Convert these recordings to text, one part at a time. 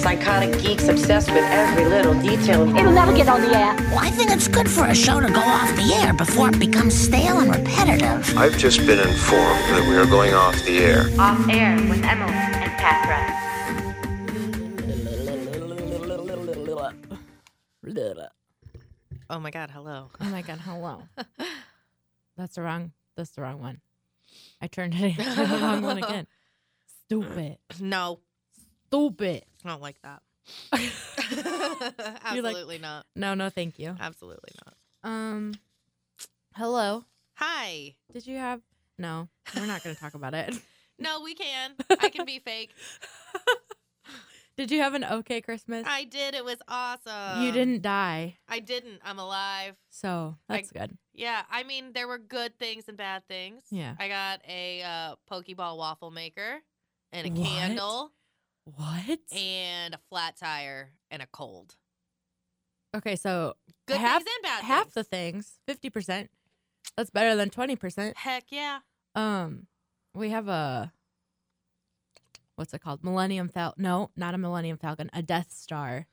psychotic geeks obsessed with every little detail. It'll never get on the air. Well, I think it's good for a show to go off the air before it becomes stale and repetitive. I've just been informed that we are going off the air. Off air with Emily and Pat Oh my God, hello. Oh my god, hello. that's the wrong that's the wrong one. I turned it into the wrong one again. Stupid. No, Stupid. I don't like that. Absolutely not. No, no, thank you. Absolutely not. Um Hello. Hi. Did you have No, we're not gonna talk about it. No, we can. I can be fake. Did you have an okay Christmas? I uh, did. It was awesome. you didn't die. I didn't. I'm alive. So I- that's good. Yeah. I mean, there were good things and bad things. Yeah. I got a uh, Pokeball waffle maker and a What? candle What? and a flat tire and a cold. Okay, so Good Half- things and bad half the things. things, fifty percent. That's better than twenty percent. Heck yeah. Um, we have a what's it called? Millennium Falcon? No, not a Millennium Falcon. A Death Star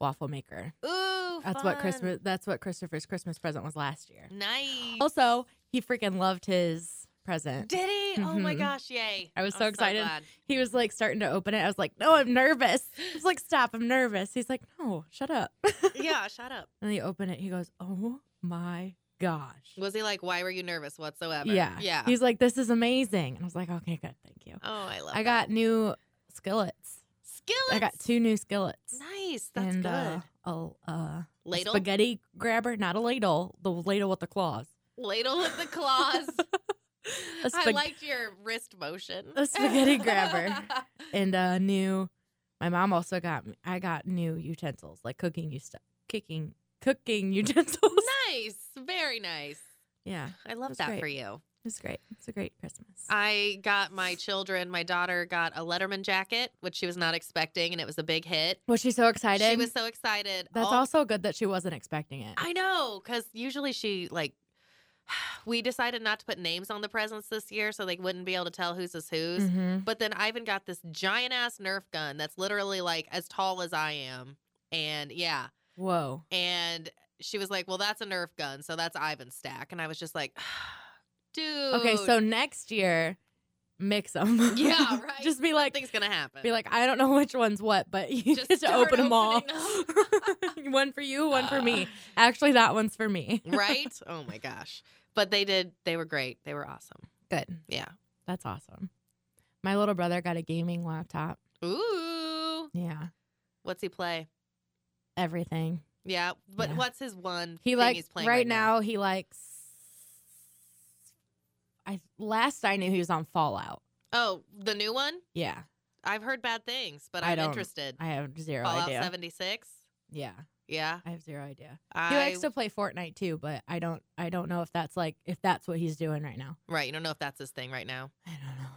waffle maker. Ooh. That's what fun. Christmas. That's what Christopher's Christmas present was last year. Nice. Also, he freaking loved his present. Did he? Oh my Mhm. gosh! Yay! I was I'm so excited. glad. He was like starting to open it. I was like, "No, I'm nervous." I was like, "Stop, I'm nervous." He's like, "No, shut up." yeah, shut up. And he opened it. He goes, "Oh my gosh." Was he like, "Why were you nervous whatsoever"? Yeah. yeah. He's like, "This is amazing." And I was like, "Okay, good. Thank you." oh, I love. I that. got new skillets. skillets. I got two new skillets. Nice. That's and, good. Uh, a, uh, ladle, spaghetti grabber, not a ladle, the ladle with the claws. ladle with the claws. A I spag- liked your wrist motion. A spaghetti grabber. and uh, new. My mom also got. me- I got new utensils, like cooking you stuff, kicking, cooking utensils. nice. Very nice. Yeah, I love That's that great. for you. it's great. It's a great Christmas. I got my children. My daughter got a Letterman jacket, which she was not expecting, and it was a big hit. was she so excited? She was so excited. Oh, That's All- also good that she wasn't expecting it. I know, because usually she like. We decided not to put names on the presents this year, so they wouldn't be able to tell whose is whose. Mhm. But then Ivan got this giant ass Nerf gun that's literally like as tall as I am, and yeah, Whoa. and she was like, "Well, that's a Nerf gun, so that's Ivan's stack." And I was just like, "Dude, Okay, so next year, mix them. Yeah, right. Just be like, something's gonna happen." be like, I don't know which one's what, but you Just get to start open them all. opening Ah. one for you, one for me. Actually, that one's for me. right? Oh my gosh! But they did. They were great. They were awesome. Good. Yeah. That's awesome. My little brother got a gaming laptop. Ooh, Yeah, what's he play? everything. Yeah, but Yeah. what's his one? He thing likes he's right, playing now, He likes. I last I knew he was on Fallout. Oh, the new one. Yeah, I've heard bad things, but I I'm don't- interested. I have zero Fallout idea. 76. Yeah, Yeah, I have zero idea. I, He likes to play Fortnite too, but I don't. I don't know if that's like if that's what he's doing right now. Right, you don't know if that's his thing right now. I don't know.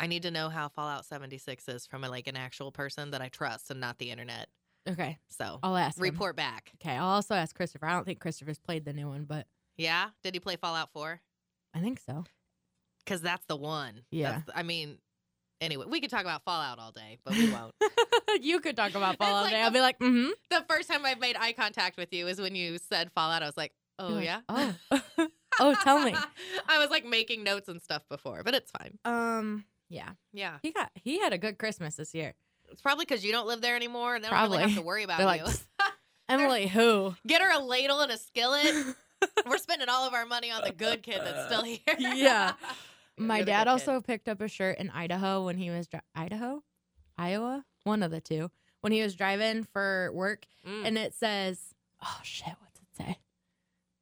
I need to know how Fallout 76 is from a, like an actual person that I trust and not the internet. Okay, So I'll ask. him. report back. Okay, I'll also ask Christopher. I don't think Christopher's played the new one, but Yeah, did he play Fallout 4? I think so. Because that's the one. Yeah. That's- I mean, anyway, we could talk about Fallout all day, but we won't. you could talk about It's Fallout. like Day. the- I'll be like, mm-hmm. the first time I've made eye contact with you is when you said Fallout. I was like, oh yeah. Oh, oh, tell me. I was like making notes and stuff before, but it's fine. Um, yeah, Yeah. he got he had a good Christmas this year. It's probably because you don't live there anymore, and they don't really have Probably. to worry about They're like, you. "Psst, Emily, who? Get her a ladle and a skillet. We're spending all of our money on the good kid that's still here. Yeah. My You're the good dad kid. also picked up a shirt in Idaho when he was dri- Idaho, Iowa, one of the two. When he was driving for work, Mm. and it says, "Oh shit, what's it say?"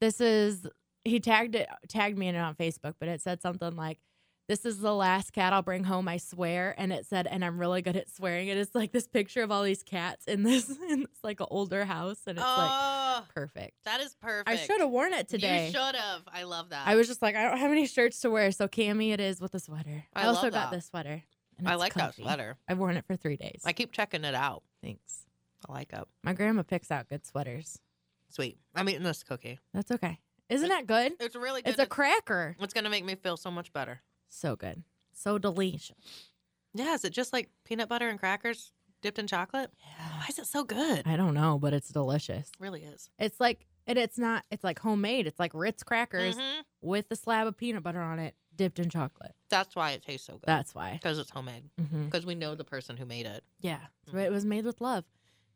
This is he tagged it tagged me in it on Facebook, but it said something like, "This is the last cat I'll bring home, I swear." And it said, "And I'm really good at swearing." And it's like this picture of all these cats in this in this like an older house, and it's like oh, perfect. that is perfect. I should have worn it You today. should have. I love that. I was just like, I don't have any shirts to wear, so cami it is with a sweater. I I, also love got that. this sweater. And I it's like that comfy. sweater. I've worn it for three days. I keep checking it out. Thanks. I like it. My grandma picks out good sweaters. Sweet. I'm eating this cookie. That's okay. Isn't that good? It's really good. It's a cracker. it's gonna make me feel so much better. So good. So delicious. Yeah, is it just like peanut butter and crackers? dipped in chocolate? Why is it so good? It I don't know, but it's delicious. really is. It's like, and it's not, it's like homemade. It's like Ritz crackers Mhm. with a slab of peanut butter on it, dipped in chocolate. That's why it tastes so good. That's why. because it's homemade. hmm Because we know the person who made it. Yeah. So It was made with love.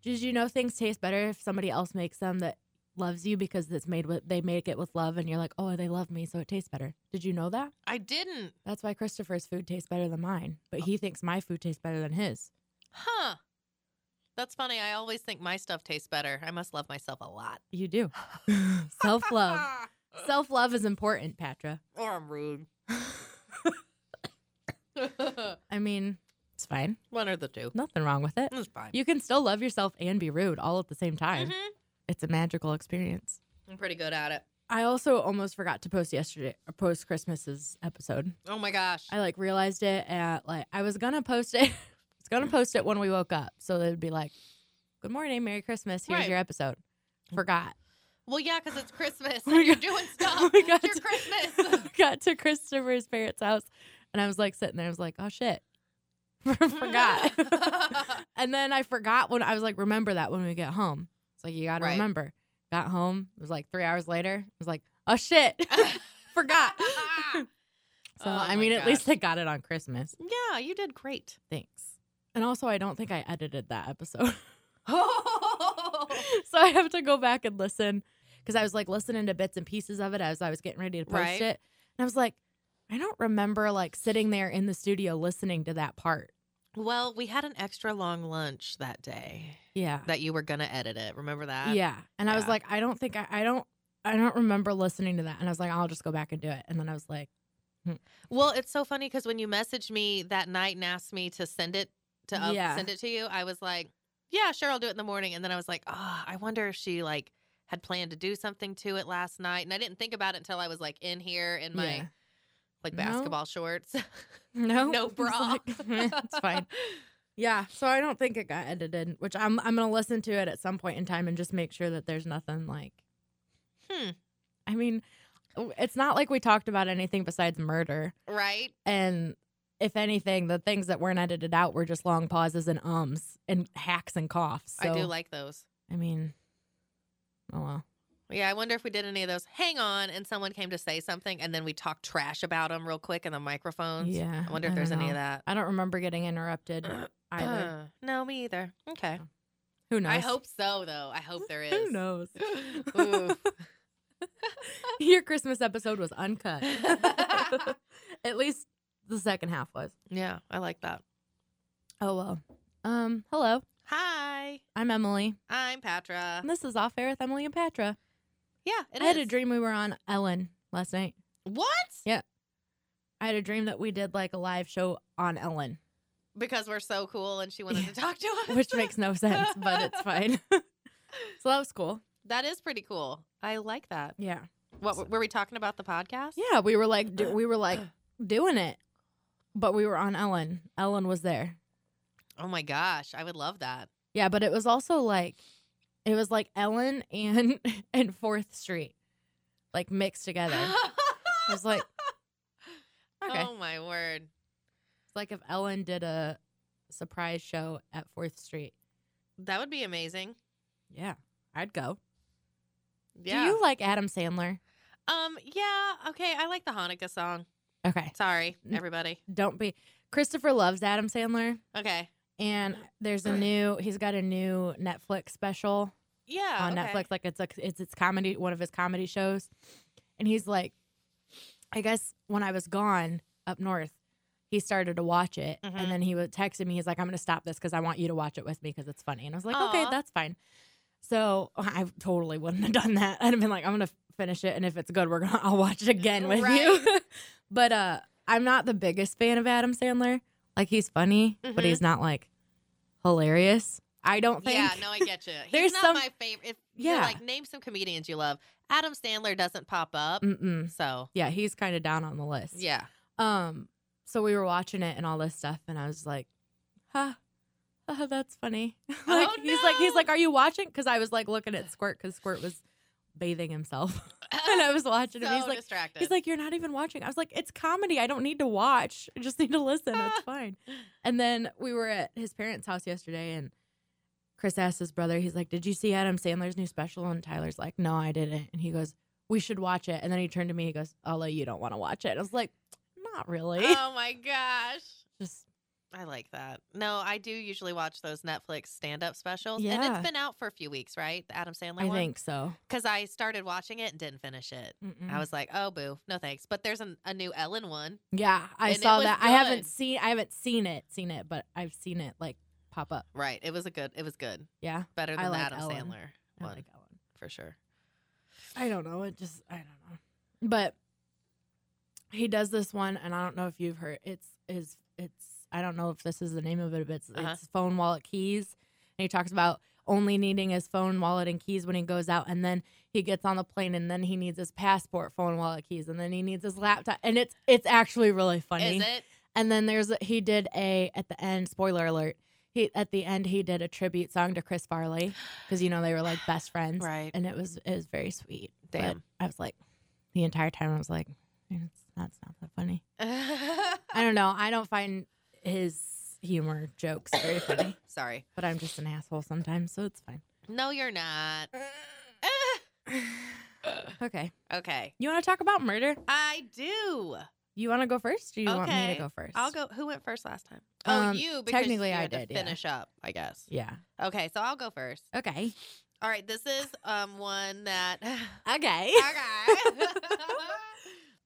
Did you know things taste better if somebody else makes them that loves you because it's made with, they make it with love and you're like, oh, they love me. So it tastes better. Did you know that? I didn't. That's why Christopher's food tastes better than mine, but he thinks my food tastes better than his. Huh. That's funny. I always think my stuff tastes better. I must love myself a lot. You do. Self love. Self love is important, Patra. or I'm rude. I mean, it's fine. One or the two. Nothing wrong with it. It's fine. You can still love yourself and be rude all at the same time. Mhm. It's a magical experience. I'm pretty good at it. I also almost forgot to post yesterday or post Christmas's episode. Oh my gosh. I like realized it at like I was gonna post it. I was gonna post it when we woke up, so it'd be like, "Good morning, Merry Christmas. Here's Right. your episode." Forgot. well, yeah, because it's Christmas. my and you're God. doing Oh stuff. my God. it's your Christmas. got to Christopher's parents' house, and I was like sitting there. I was like, "Oh shit, forgot." and then I forgot when I was like, "Remember that when we get home." It's like you got to Right. remember. Got home. It was like three hours later. I was like, "Oh shit, forgot." so Oh I my mean, at gosh. least I got it on Christmas. yeah, you did great. Thanks. And also, I don't think I edited that episode. Oh. so I have to go back and listen because I was like listening to bits and pieces of it as I was getting ready to post Right. it, and I was like, I don't remember like sitting there in the studio listening to that part. Well, we had an extra long lunch that day Yeah, that you were going to edit it. Remember that? yeah. And I was yeah. like, I don't think I, I don't, I don't remember listening to that. And I was like, I'll just go back and do it. And then I was like, Well, it's so funny because when you messaged me that night and asked me to send it to up, Yeah. send it to you, I was like, "Yeah, sure, I'll do it in the morning." And then I was like, "Ah, I wonder if she like had planned to do something to it last night." And I didn't think about it until I was like in here in my Yeah. like No. basketball shorts, no, no It's bra. like, it's fine. Yeah. So I don't think it got edited, which I'm I'm gonna listen to it at some point in time and just make sure that there's nothing like. Hmm. I mean, it's not like we talked about anything besides murder, right? and if anything, the things that weren't edited out were just long pauses and ums and hacks and coughs. I do So, like those. I mean, oh well. Yeah, I wonder if we did any of those. Hang on, and someone came to say something, and then we talked trash about them real quick in the microphones. Yeah, I wonder if I don't there's any of know. that. I don't remember getting interrupted either. no, me either. Okay. Who knows? I hope so, though. I hope there is. Who knows? Ooh. Your Christmas episode was uncut. At least the second half was. yeah, I like that. Oh well. Um, hello. Hi, I'm Emily. I'm Patra. And this is Off Air with Emily and Patra. Yeah, it I had is. a dream we were on Ellen last night. What? I had a dream that we did like a live show on Ellen, Because we're so cool and she wanted Yeah. to talk to us. which makes no sense, but it's fine. so that was cool. that is pretty cool. I like that. Yeah. What were we talking about the podcast? Yeah, we were like Uh, do- we were like doing it. But we were on Ellen. Ellen was there. Oh my gosh, I would love that. Yeah, but it was also like it was like Ellen and and 4th Street like mixed together. I was like okay. Oh my word. It's like if Ellen did a surprise show at 4th Street. That would be amazing. Yeah, I'd go. Yeah. Do you like Adam Sandler? um yeah, okay, I like the Hanukkah song. Okay. Sorry, N- everybody. Don't be Christopher loves Adam Sandler Okay. and there's a new he's got a new Netflix special Yeah. on Oh, okay. Netflix. Like it's a it's it's comedy one of his comedy shows, and he's like, I guess when I was gone up north, he started to watch it, Mhm. and then he was texting me. He's like, I'm gonna stop this because I want you to watch it with me because it's funny. And I was like, okay, Aw. that's fine. So I totally wouldn't have done that. I'd have been like, I'm gonna finish it, and if it's good, we're gonna I'll watch it again with you. Right. but uh, I'm not the biggest fan of Adam Sandler. Like he's funny, but Mhm. he's not like hilarious. I don't think. Yeah, no, I get you. He's There's not some- my favorite. If you're Yeah. like name some comedians you love, Adam Sandler doesn't pop up. Mm-mm. So Yeah, he's kind of down on the list. yeah, Um, so we were watching it and all this stuff, and I was like, "Huh, huh, that's funny." like Oh, he's like he's no. like, "Are you watching?" Because I was like looking at Squirt because Squirt was bathing himself, and I was watching him. so He's like, distracted. "He's like, you're not even watching." I was like, "It's comedy. I don't need to watch. I just need to listen. That's fine." And then we were at his parents' house yesterday, and Chris asked his brother, he's like, Did you see Adam Sandler's new special? And Tyler's like, No, I didn't. And he goes, We should watch it. And then he turned to me, he goes, Although you don't want to watch it. I was like, Not really. Oh my gosh. Just I like that. No, I do usually watch those Netflix stand up specials. And Yeah. it's been out for a few weeks, right? The Adam Sandler I one. think so. Because I started watching it and didn't finish it. Mm-mm. I was like, oh, boo. No thanks. But there's an, a new Ellen one. yeah, I and it saw was that. I haven't good. seen I haven't seen it, seen it, but I've seen it like pop up. Right. It was a good, it was good. Yeah. Better I than the like Adam Ellen. Sandler I one, like Ellen. for sure. I don't know. It just I don't know. But he does this one, and I don't know if you've heard. It's is it's I don't know if this is the name of it, but it's, Uh-huh. it's phone, wallet, keys, and he talks about only needing his phone, wallet, and keys when he goes out, and then he gets on the plane, and then he needs his passport, phone, wallet, keys, and then he needs his laptop, and it's it's actually really funny. Is it? And then there's a, he did a at the end. Spoiler alert. He at the end he did a tribute song to Chris Farley because you know they were like best friends, Right. And it was it was very sweet. But Damn. I was like the entire time I was like, "Mm, it's not, it's not that funny. I don't know. I don't find his humor jokes very funny, Sorry. but I'm just an asshole sometimes, so it's fine. No, you're not. Okay, okay. you want to talk about murder? I do. You want to go first? Or you want me Okay. to go first? I'll go. Who went first last time? Um, oh, you. Because technically you I had to did, yeah. Finish up, I guess. Yeah. Okay, so I'll go first. Okay. All right, this is um one that. Okay. okay.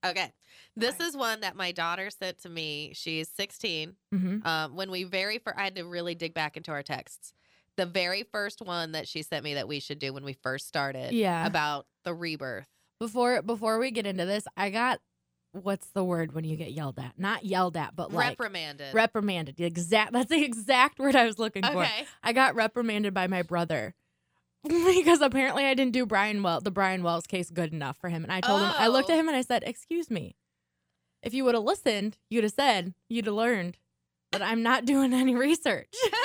okay, this is one that my daughter sent to me. She's 16. hmm Um, when we very first, I had to really dig back into our texts. The very first one that she sent me that we should do when we first started. Yeah. About the rebirth. Before before we get into this, I got what's the word when you get yelled at? Not yelled at, but like Reprimanded. reprimanded. The Exact that's the exact word I was looking for. Okay. I got reprimanded by my brother because apparently I didn't do Brian Well the Brian Wells case good enough for him. And I told him I looked at Oh. him and I said, "Excuse me. If you would have listened, you'd have said, you'd have learned that I'm not doing any research."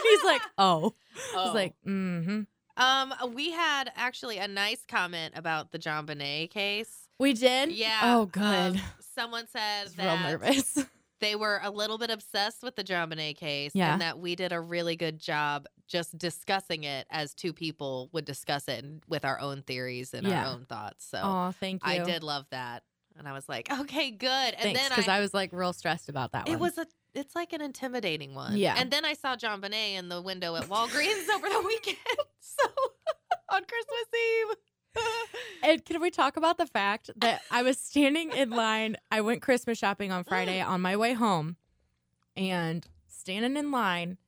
And he's like, "Oh." I was like, "Mhm." Um, we had actually a nice comment about the John Bonet case. We did? Yeah. Oh, um, good. someone said I was real that nervous. they were a little bit obsessed with the John Bonet case Yeah. and that we did a really good job just discussing it as two people would discuss it and with our own theories and Yeah. our own thoughts. So Oh, thank you. I did love that. And I was like, okay, good. And Thanks, then because I, I, was like real stressed about that one. it was a it's like an intimidating one. Yeah. And then I saw John Bonet in the window at Walgreens over the weekend. So on Christmas Eve. And can we talk about the fact that I was standing in line? I went Christmas shopping on Friday on my way home, and standing in line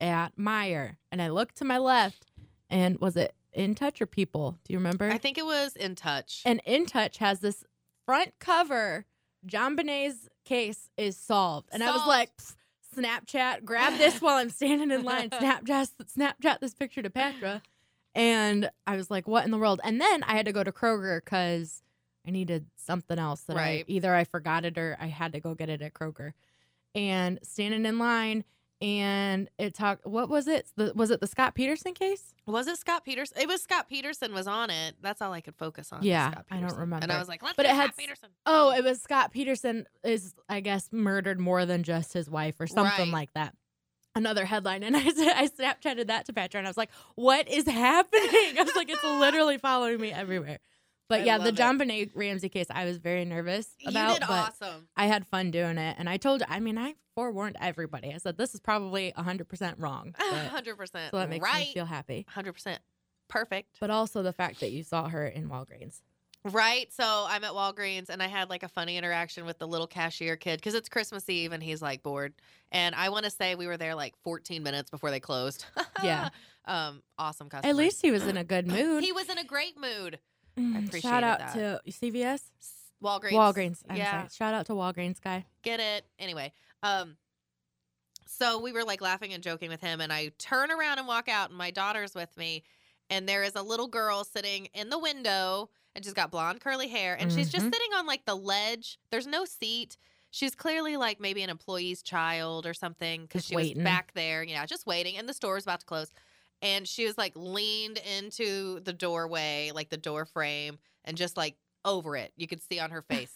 at Meyer, and I looked to my left, and was it In Touch or People? Do you remember? I think it was in touch. And In Touch has this front cover. John Bonet's case is solved, and I was Solved. like. "Pff, Snapchat, grab this while I'm standing in line. Snapchat, Snapchat this picture to Patra, and I was like, "What in the world?" And then I had to go to Kroger because I needed something else that I Right. either I forgot it or I had to go get it at Kroger. And standing in line, and it talked. What was it? The, was it the Scott Peterson case? was it Scott Peterson? It was Scott Peterson was on it. That's all I could focus on. was Yeah, Scott I don't Peterson. And remember. I was like, let's But but it had Scott s- Peterson. Oh, it was Scott Peterson is I guess murdered more than just his wife or something Right. like that. Another headline, and I said I Snapchatted that to Patra, and I was like, "What is happening?" I was like, "It's literally following me everywhere." But I yeah, the love John Bonet Ramsey case, I was very nervous about, you did but awesome. I had fun doing it, and I told you. I mean, I forewarned everybody. I said this is probably hundred percent wrong, but- Hundred percent. so that makes right. me feel happy. Hundred percent. Perfect. But also the fact that you saw her in Walgreens. Right. So I'm at Walgreens and I had like a funny interaction with the little cashier kid because it's Christmas Eve and he's like bored. And I want to say we were there like 14 minutes before they closed. Yeah. um. Awesome customer. At least he was in a good mood. he was in a great mood. Mm, appreciated Shout out that. to CVS. S- Walgreens. Walgreens. I'm yeah. sorry. Shout out to Walgreens guy. Get it. Anyway. Um. So we were like laughing and joking with him, and I turn around and walk out, and my daughter's with me, and there is a little girl sitting in the window, and she's got blonde curly hair, and she's just Mhm. sitting on like the ledge. There's no seat. She's clearly like maybe an employee's child or something because Just she waiting. was back there, yeah, just waiting, and the store's about to close. And she was like leaned into the doorway, like the door frame, and just like over it. You could see on her face,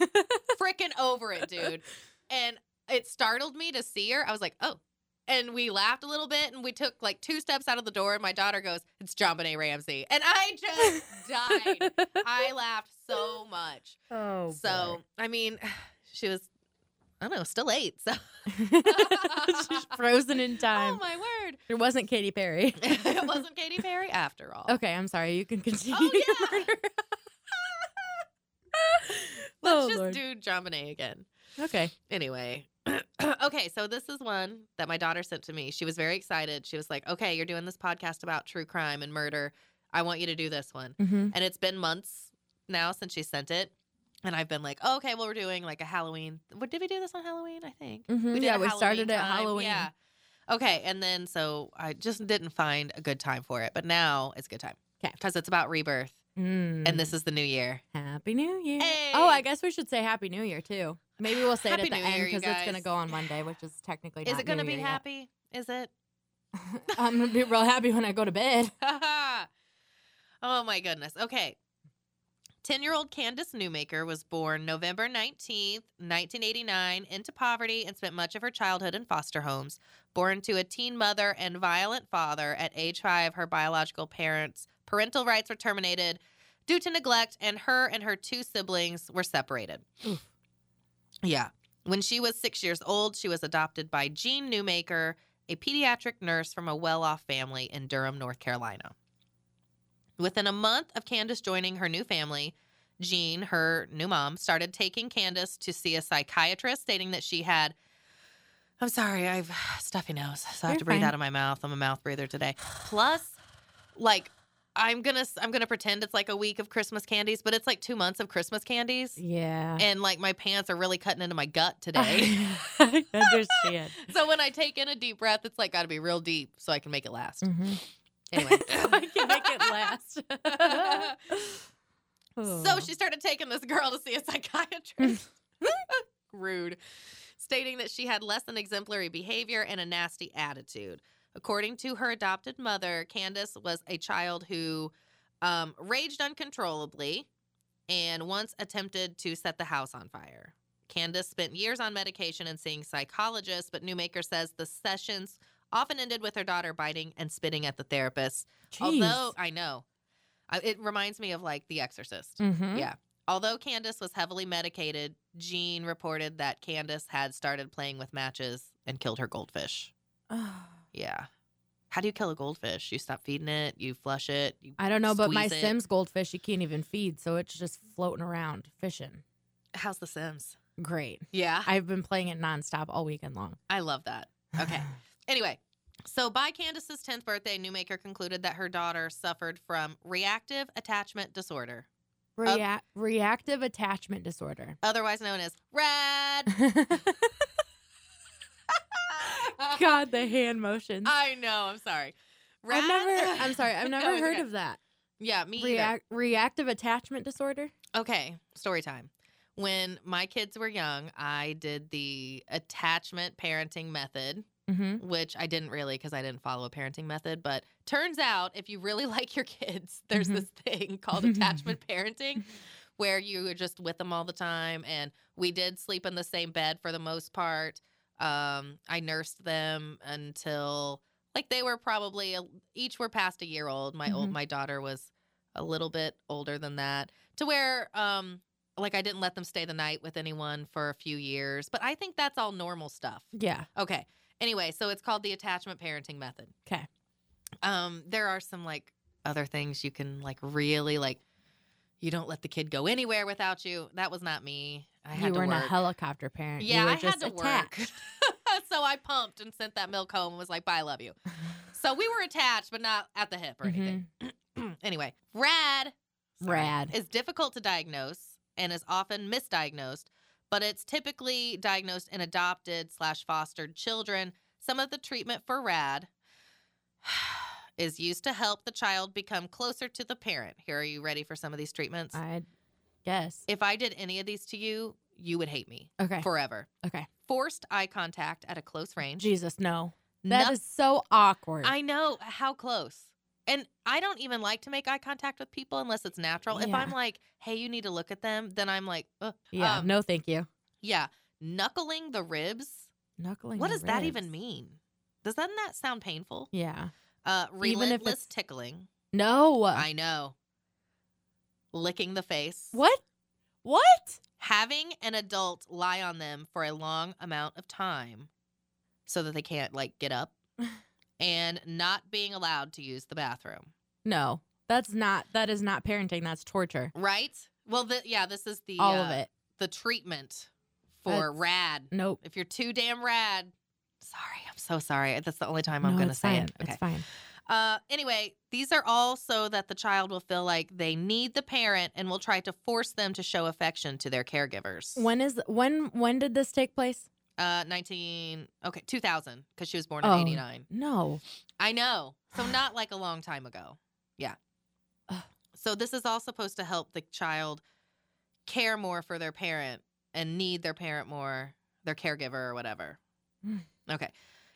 freaking over it, dude. And it startled me to see her. I was like, oh. And we laughed a little bit and we took like two steps out of the door. And my daughter goes, it's John Bonet Ramsey. And I just died. I laughed so much. oh, so, I mean, she was, I don't know, still eight. So, She's frozen in time. oh my word. It wasn't Katy Perry. it wasn't Katy Perry after all. Okay, I'm sorry. You can continue. Oh, yeah. Murder. Let's Oh, just Lord. do John Bonet again. Okay. Anyway. okay, so this is one that my daughter sent to me. She was very excited. She was like, "Okay, you're doing this podcast about true crime and murder. I want you to do this one." Mm-hmm. And it's been months now since she sent it, and I've been like, oh, "Okay, well, we're doing like a Halloween. What did we do this on Halloween? I think Mhm, did yeah, a we started at time. Halloween. Yeah. Okay, and then so I just didn't find a good time for it, but now it's a good time. 'Kay. because it's about rebirth, and this is the new year. Mm. Happy New Year. Hey. Oh, I guess we should say Happy New Year too. Maybe we'll say it Happy at the New end Year, you because it's going to guys. go on Monday, which is technically Is not it going to New be Year yet. happy? Is it? I'm going to be real happy when I go to bed. oh my goodness. Okay. 10 year old Candace Newmaker was born November 19th, 1989, into poverty and spent much of her childhood in foster homes. Born to a teen mother and violent father at age five, her biological parents' parental rights were terminated due to neglect, and her and her two siblings were separated. Oof. Yeah. When she was six years old, she was adopted by Jean Newmaker, a pediatric nurse from a well off family in Durham, North Carolina. Within a month of Candace joining her new family, Jean, her new mom, started taking Candace to see a psychiatrist, stating that she had. I'm sorry, I've stuffy nose, so I have You're to breathe fine. out of my mouth. I'm a mouth breather today. Plus, like, I'm gonna I'm gonna pretend it's like a week of Christmas candies, but it's like two months of Christmas candies, Yeah. and like my pants are really cutting into my gut today. I understand. so when I take in a deep breath, it's like got to be real deep so I can make it last. Mhm. Anyway, So I can make it last. so she started taking this girl to see a psychiatrist. Rude, stating that she had less than exemplary behavior and a nasty attitude. According to her adopted mother, Candace was a child who um, raged uncontrollably and once attempted to set the house on fire. Candace spent years on medication and seeing psychologists, but Newmaker says the sessions often ended with her daughter biting and spitting at the therapist. Although I know, I, it reminds me of like The Exorcist. Mhm. Yeah. Although Candace was heavily medicated, Jean reported that Candace had started playing with matches and killed her goldfish. Yeah. How do you kill a goldfish? You stop feeding it, you flush it, you I don't know, but my Squeeze it. Sims goldfish you can't even feed, so it's just floating around fishing. How's the Sims? Great. Yeah. I've been playing it nonstop all weekend long. I love that. Okay. Anyway, so by Candace's 10th birthday, Newmaker concluded that her daughter suffered from reactive attachment disorder, Oh. Rea- reactive attachment disorder. otherwise known as RAD. God, the hand motions. I know. I'm sorry. I've never. Uh, Rad- I'm sorry. I've No, never it's heard okay. of that. Yeah, me either. Reac- reactive attachment disorder. Okay, story time. When my kids were young, I did the attachment parenting method, Mm-hmm. which I didn't really because I didn't follow a parenting method. But turns out, if you really like your kids, there's Mhm. this thing called attachment parenting where you are just with them all the time. And we did sleep in the same bed for the most part. Um, I nursed them until like they were probably a, each were past a year old. My old Mhm. my daughter was a little bit older than that to where um like I didn't let them stay the night with anyone for a few years. But I think that's all normal stuff. Yeah. Okay. Anyway, so it's called the attachment parenting method. 'Kay. Um, there are some like other things you can like really like. You don't let the kid go anywhere without you. That was not me. I had you to were in a work. helicopter parent. You yeah, were I had just to attached. work. so I pumped and sent that milk home. and Was like, bye, love you. So we were attached, but not at the hip or anything. anyway, rad. sorry, Mm-hmm. Rad. is difficult to diagnose and is often misdiagnosed, but it's typically diagnosed in adopted slash fostered children. Some of the treatment for rad is used to help the child become closer to the parent. Here, are you ready for some of these treatments? I guess. if I did any of these to you, you would hate me Okay. forever. Okay. Forced eye contact at a close range. Jesus, no. That is No- so awkward. I know how close. And I don't even like to make eye contact with people unless it's natural. If Yeah. I'm like, hey, you need to look at them, then I'm like, Ugh. yeah. um, no, thank you. yeah. Knuckling the ribs Knuckling. What the does that ribs. even mean? Does that not sound painful? Yeah. Uh, Even if relentless it's- Uh. tickling. No. I know. Licking the face. what? What? Having an adult lie on them for a long amount of time so that they can't like get up and not being allowed to use the bathroom. No. That's not. That is not parenting. That's torture. Right? Well, the, yeah, this is the All of uh, it. the treatment for That's- rad. Nope. If you're too damn rad, sorry, I'm so sorry. That's the only time I'm No, going to it's say fine. it. Okay. It's fine. Uh, anyway, these are all so that the child will feel like they need the parent and will try to force them to show affection to their caregivers. When is when when did this take place? Uh, 19, okay, 2000, because she was born in Oh. 89. No. I know. So not like a long time ago. Yeah. Ugh. So this is all supposed to help the child care more for their parent and need their parent more, their caregiver or whatever. Mm. Okay.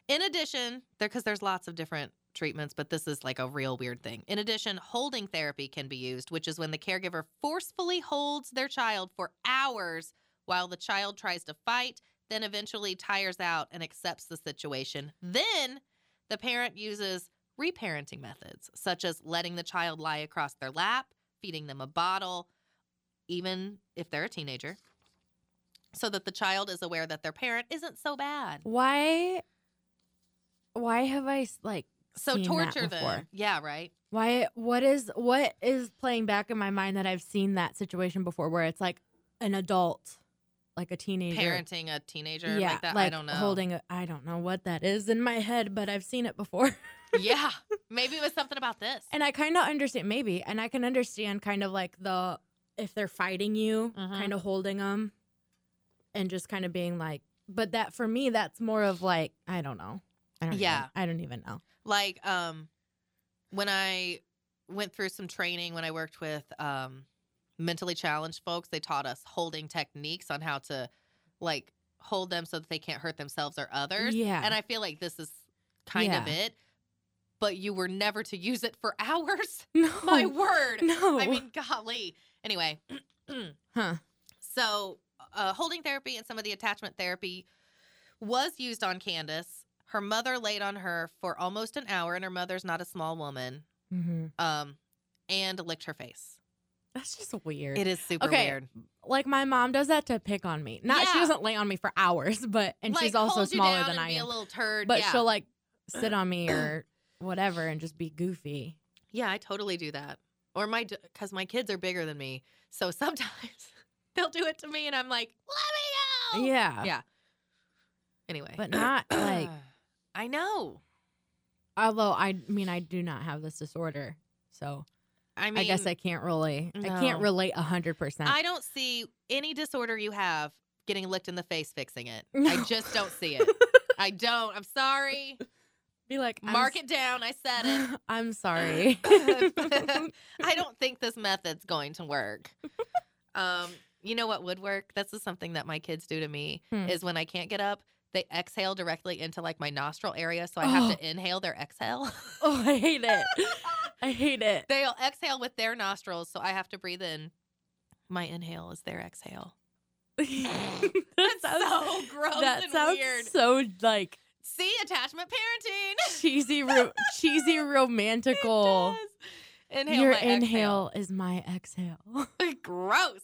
In addition, there because there's lots of different treatments, but this is like a real weird thing. In addition, holding therapy can be used, which is when the caregiver forcefully holds their child for hours while the child tries to fight, then eventually tires out and accepts the situation. Then the parent uses reparenting methods, such as letting the child lie across their lap, feeding them a bottle, even if they're a teenager, so that the child is aware that their parent isn't so bad. Why? Why have I s- like? So Seen that torture them. before. Yeah, right. Why? What is what is playing back in my mind that I've seen that situation before, where it's like an adult, like a teenager, Parenting a teenager yeah, like that. I don't know. Holding, a, I don't know what that is in my head, but I've seen it before, yeah. Maybe it was something about this. and I kind of understand maybe, and I can understand kind of like the if they're fighting you, Mhm. kind of holding them, and just kind of being like, but that for me, that's more of like I don't know, I don't even- Yeah. I don't even know. like um when i went through some training when i worked with um mentally challenged folks they taught us holding techniques on how to like hold them so that they can't hurt themselves or others Yeah. and i feel like this is kind of Yeah. it but you were never to use it for hours No, my word no, i mean golly anyway huh? so, uh, holding therapy and some of the attachment therapy was used on Candace. Her mother laid on her for almost an hour, and her mother's not a small woman, Mm-hmm. um, and licked her face. That's just weird. It is super Okay, weird. like my mom does that to pick on me. Not she Yeah. doesn't lay on me for hours, but and Like, she's also hold you smaller down than and I be am. A little turd. but yeah. she'll like sit on me or whatever and just be goofy. yeah, I totally do that. Or my, because my kids are bigger than me, so sometimes they'll do it to me, and I'm like, let me go. Yeah. Oh, Yeah. Anyway, But not like I know. although I mean I do not have this disorder. So I I, mean, guess I can't really I no. can't relate hundred percent. I don't see any disorder you have getting licked in the face fixing it. I No. just don't see it. I don't. I'm sorry. Be like I'm Mark s- it down. I said I'm sorry. it. I don't think this method's going to work. Um, you know what would work? This is something that my kids do to me Hmm. is when I can't get up, they exhale directly into like my nostril area, so I have Oh. to inhale their exhale. oh, I hate it. I hate it. They'll exhale with their nostrils, so I have to breathe in. My inhale is their exhale. that That's so gross that and sounds weird. so like See attachment parenting. cheesy, ro- cheesy, romantical. It does. Inhale. Your my exhale. inhale is my exhale. Gross.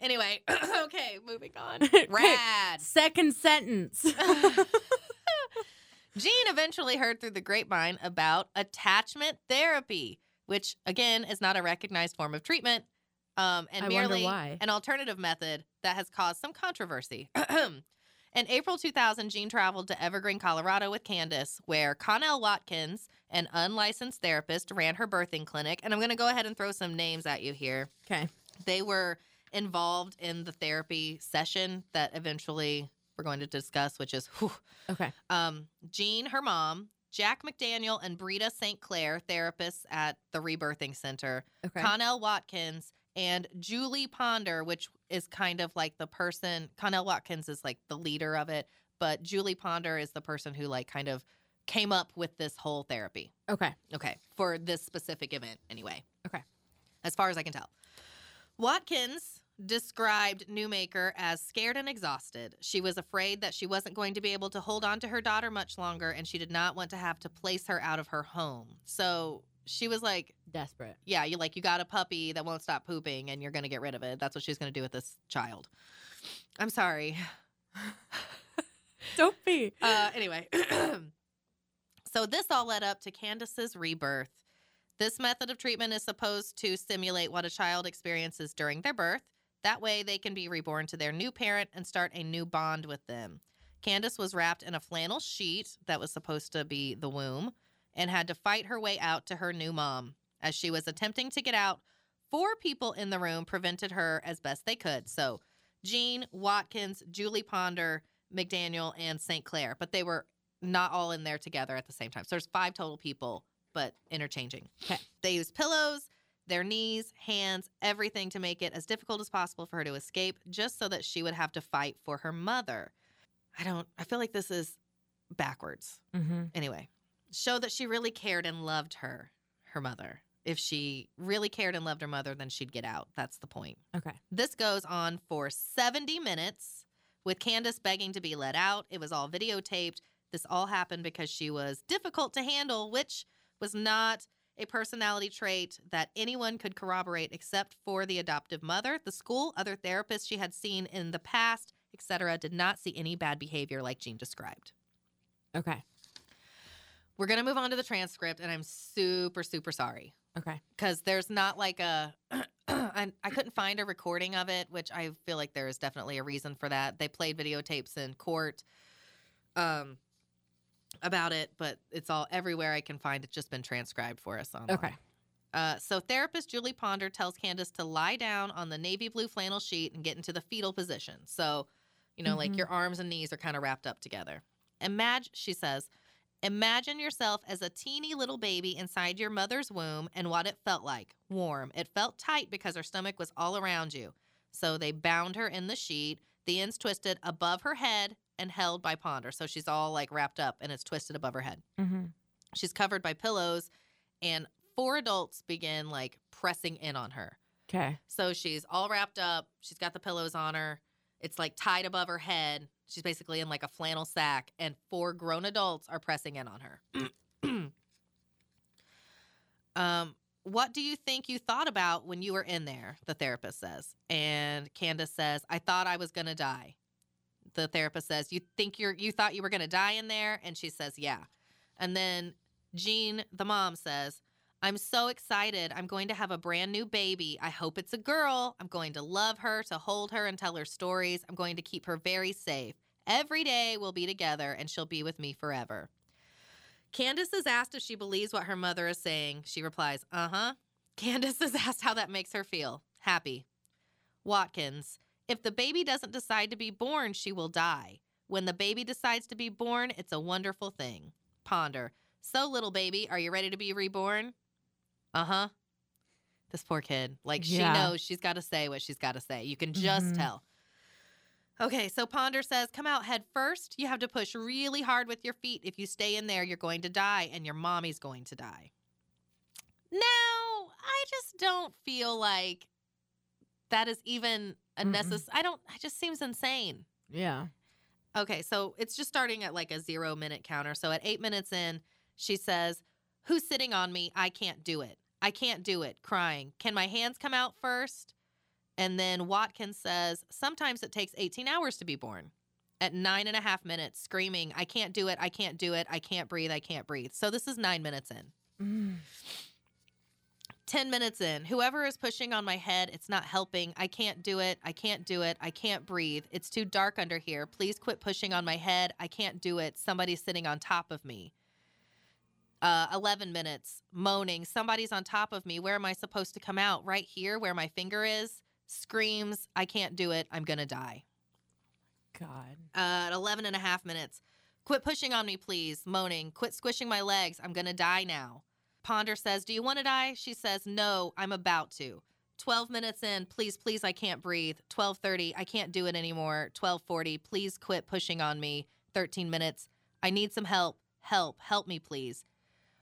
Anyway, okay, moving on. Rad. Second sentence. Jean eventually heard through the grapevine about attachment therapy, which again is not a recognized form of treatment, um, and I wonder merely why. an alternative method that has caused some controversy. In April 2000, Jean traveled to Evergreen, Colorado with Candace, where Connell Watkins, an unlicensed therapist, ran her birthing clinic. And I'm going to go ahead and throw some names at you here. Okay. They were involved in the therapy session that eventually we're going to discuss, which is whew, Okay. um, Jean, her mom, Jack McDaniel, and Brita St. Clair, therapists at the Rebirthing Center, Okay. Connell Watkins, and Julie Ponder, which is kind of like the person, Connell Watkins is like the leader of it, but Julie Ponder is the person who, like, kind of came up with this whole therapy. okay. Okay. For this specific event, anyway. Okay. As far as I can tell. Watkins described Newmaker as scared and exhausted. She was afraid that she wasn't going to be able to hold on to her daughter much longer, and she did not want to have to place her out of her home. So she was like, Desperate. "Yeah, you like you got a puppy that won't stop pooping, and you're going to get rid of it. That's what she's going to do with this child." I'm sorry. Don't be. Uh, anyway, so this all led up to Candace's rebirth. This method of treatment is supposed to simulate what a child experiences during their birth. That way, they can be reborn to their new parent and start a new bond with them. Candace was wrapped in a flannel sheet that was supposed to be the womb and had to fight her way out to her new mom. As she was attempting to get out, four people in the room prevented her as best they could. So, Jean, Watkins, Julie Ponder, McDaniel, and St. Clair, but they were not all in there together at the same time. So there's five total people, but interchanging. Okay. They use pillows, their knees, hands, everything to make it as difficult as possible for her to escape, just so that she would have to fight for her mother. I don't, I feel like this is backwards. Mm-hmm. Anyway, show that she really cared and loved her, her mother. If she really cared and loved her mother, then she'd get out. That's the point. Okay. This goes on for 70 minutes with Candace begging to be let out. It was all videotaped. This all happened because she was difficult to handle, which was not a personality trait that anyone could corroborate except for the adoptive mother. The school, other therapists she had seen in the past, etc., did not see any bad behavior like Jean described. Okay. We're going to move on to the transcript, and I'm super, super sorry. Okay. because there's not like a I, I couldn't find a recording of it which i feel like there is definitely a reason for that they played videotapes in court um about it but it's all everywhere i can find it's just been transcribed for us online. Okay. Uh, so therapist Julie Ponder tells Candace to lie down on the navy blue flannel sheet and get into the fetal position. So, you know, like Mhm. your arms and knees are kind of wrapped up together. Imagine, she says, imagine yourself as a teeny little baby inside your mother's womb and what it felt like. Warm. It felt tight because her stomach was all around you. So they bound her in the sheet, the ends twisted above her head and held by Ponder. So she's all like wrapped up and it's twisted above her head. Mm-hmm. She's covered by pillows, and four adults begin like pressing in on her. Okay. So she's all wrapped up. She's got the pillows on her. It's like tied above her head. She's basically in like a flannel sack, and four grown adults are pressing in on her. um, what do you think you thought about when you were in there? The therapist says. And Candace says, I thought I was going to die. The therapist says, You think you're, you thought you were going to die in there? And she says, Yeah. And then Jean, the mom, says, I'm so excited. I'm going to have a brand new baby. I hope it's a girl. I'm going to love her, to hold her and tell her stories. I'm going to keep her very safe. Every day we'll be together and she'll be with me forever. Candace is asked if she believes what her mother is saying. She replies, uh huh. Candace is asked how that makes her feel happy. Watkins, if the baby doesn't decide to be born, she will die. When the baby decides to be born, it's a wonderful thing. Ponder, so little baby, are you ready to be reborn? Uh huh. This poor kid. Like she Yeah. knows she's got to say what she's got to say. You can just Mhm. tell. Okay, so Ponder says, come out head first. You have to push really hard with your feet. If you stay in there, you're going to die, and your mommy's going to die. Now, I just don't feel like that is even a Mm-mm. necess- I don't, it just seems insane. Yeah. Okay, so it's just starting at like a zero minute counter. So at eight minutes in, she says, Who's sitting on me? I can't do it. I can't do it, crying. Can my hands come out first? And then Watkins says, Sometimes it takes 18 hours to be born. At nine and a half minutes, screaming, I can't do it. I can't do it. I can't breathe. I can't breathe. So this is nine minutes in. Mm. 10 minutes in, whoever is pushing on my head, it's not helping. I can't do it. I can't do it. I can't breathe. It's too dark under here. Please quit pushing on my head. I can't do it. Somebody's sitting on top of me. Uh, 11 minutes, moaning. Somebody's on top of me. Where am I supposed to come out? Right here, where my finger is. Screams, I can't do it. I'm going to die God. uh, at 11 and a half minutes. Quit pushing on me, please. Moaning. Quit squishing my legs. I'm going to die now. Ponder says, Do you want to die? She says, No, I'm about to. 12 minutes in, please, please, I can't breathe. 12:30, I can't do it anymore. 12:40, please quit pushing on me. 13 minutes. I need some help. Help, help me, please.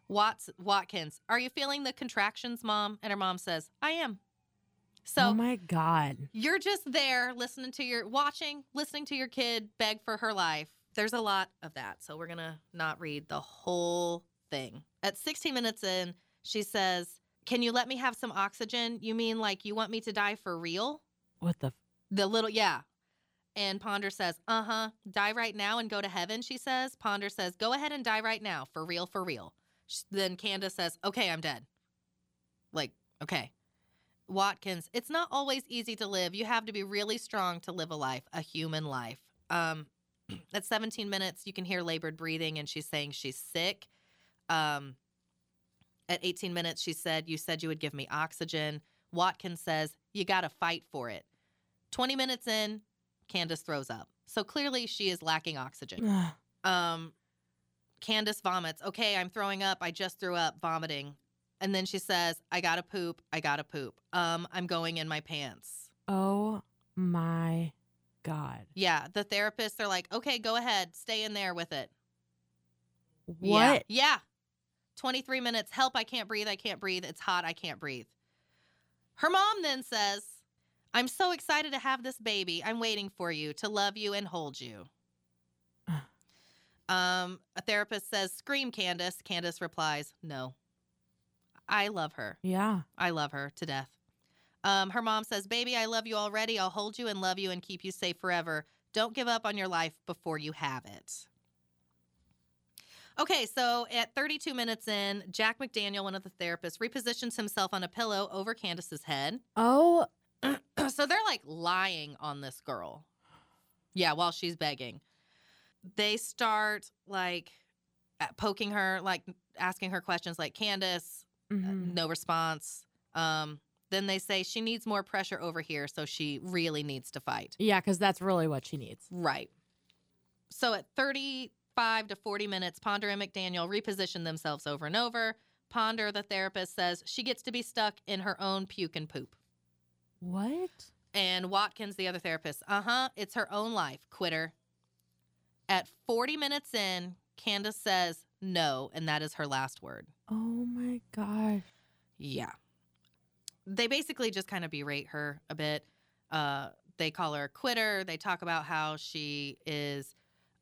Watts Watkins, are you feeling the contractions, mom? And her mom says, I am. So oh my god. you're just there listening to your watching, listening to your kid beg for her life. There's a lot of that. So we're going to not read the whole thing. At 16 minutes in, she says, "Can you let me have some oxygen? You mean like you want me to die for real?" What the? F- The little, yeah. And Ponder says, uh huh, die right now and go to heaven, she says. Ponder says, go ahead and die right now, for real, for real. Sh then Candace says, okay, I'm dead. Like, okay. Watkins, it's not always easy to live. You have to be really strong to live a life, a human life. Um, at 17 minutes, you can hear labored breathing, and she's saying she's sick. Um, at 18 minutes, she said, You said you would give me oxygen. Watkins says, You got to fight for it. 20 minutes in, Candace throws up. So clearly she is lacking oxygen. Ugh. Um, Candace vomits. Okay, I'm throwing up. I just threw up, vomiting. And then she says, I got to poop. I got to poop. Um, I'm going in my pants. oh my god. Yeah, the therapists are like, okay, go ahead. Stay in there with it. Yeah. What? Yeah. 23 minutes. Help. I can't breathe. I can't breathe. It's hot. I can't breathe. Her mom then says, I'm so excited to have this baby. I'm waiting for you to love you and hold you. Um, a therapist says, Scream, Candace. Candace replies, No. I love her. Yeah. I love her to death. Um, her mom says, Baby, I love you already. I'll hold you and love you and keep you safe forever. Don't give up on your life before you have it. Okay, so at 32 minutes in, Jack McDaniel, one of the therapists, repositions himself on a pillow over Candace's head. Oh. so they're like lying on this girl. Yeah, while she's begging. They start like at- poking her, like asking her questions like, Candace, uh, mhm. no response. Um, then they say she needs more pressure over here, so she really needs to fight. Yeah, because that's really what she needs. Right. So at 35 to 40 minutes, Ponder and McDaniel reposition themselves over and over. Ponder, the therapist, says she gets to be stuck in her own puke and poop. What? And Watkins, the other therapist, uh huh, it's her own life, quitter. At 40 minutes in, Candace says no, and that is her last word. Oh my gosh. Yeah. They basically just kind of berate her a bit. Uh, they call her a quitter. They talk about how she is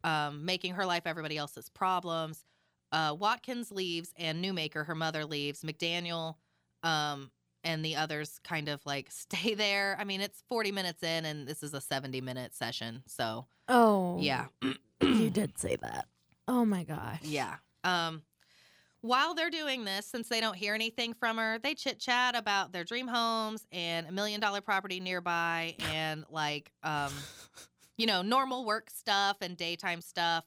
um, making her life everybody else's problems. Uh, Watkins leaves and Newmaker, her mother, leaves. McDaniel um, and the others kind of like stay there. I mean, it's 40 minutes in and this is a 70 minute session. So, Oh. yeah. you did say that. Oh my gosh. Yeah. Um, while they're doing this, since they don't hear anything from her, they chit chat about their dream homes and a million dollar property nearby and like, um, you know, normal work stuff and daytime stuff.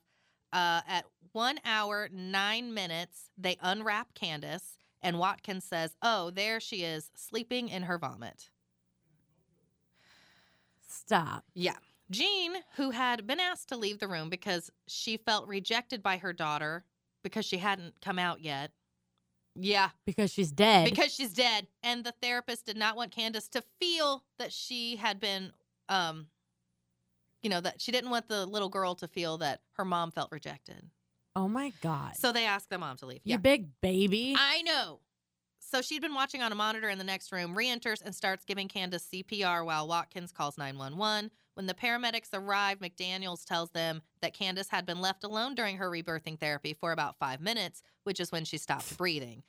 Uh, at one hour, nine minutes, they unwrap Candace and Watkins says, Oh, there she is, sleeping in her vomit. Stop. Yeah. Jean, who had been asked to leave the room because she felt rejected by her daughter because she hadn't come out yet. Yeah, Because she's dead. because she's dead. And the therapist did not want Candace to feel that she had been, um, you know, that she didn't want the little girl to feel that her mom felt rejected. oh my god. So they asked the mom to leave. you big baby. I know. So she'd been watching on a monitor in the next room, re enters and starts giving Candace CPR while Watkins calls 911. When the paramedics arrive, McDaniels tells them that Candace had been left alone during her rebirthing therapy for about five minutes, which is when she stopped breathing.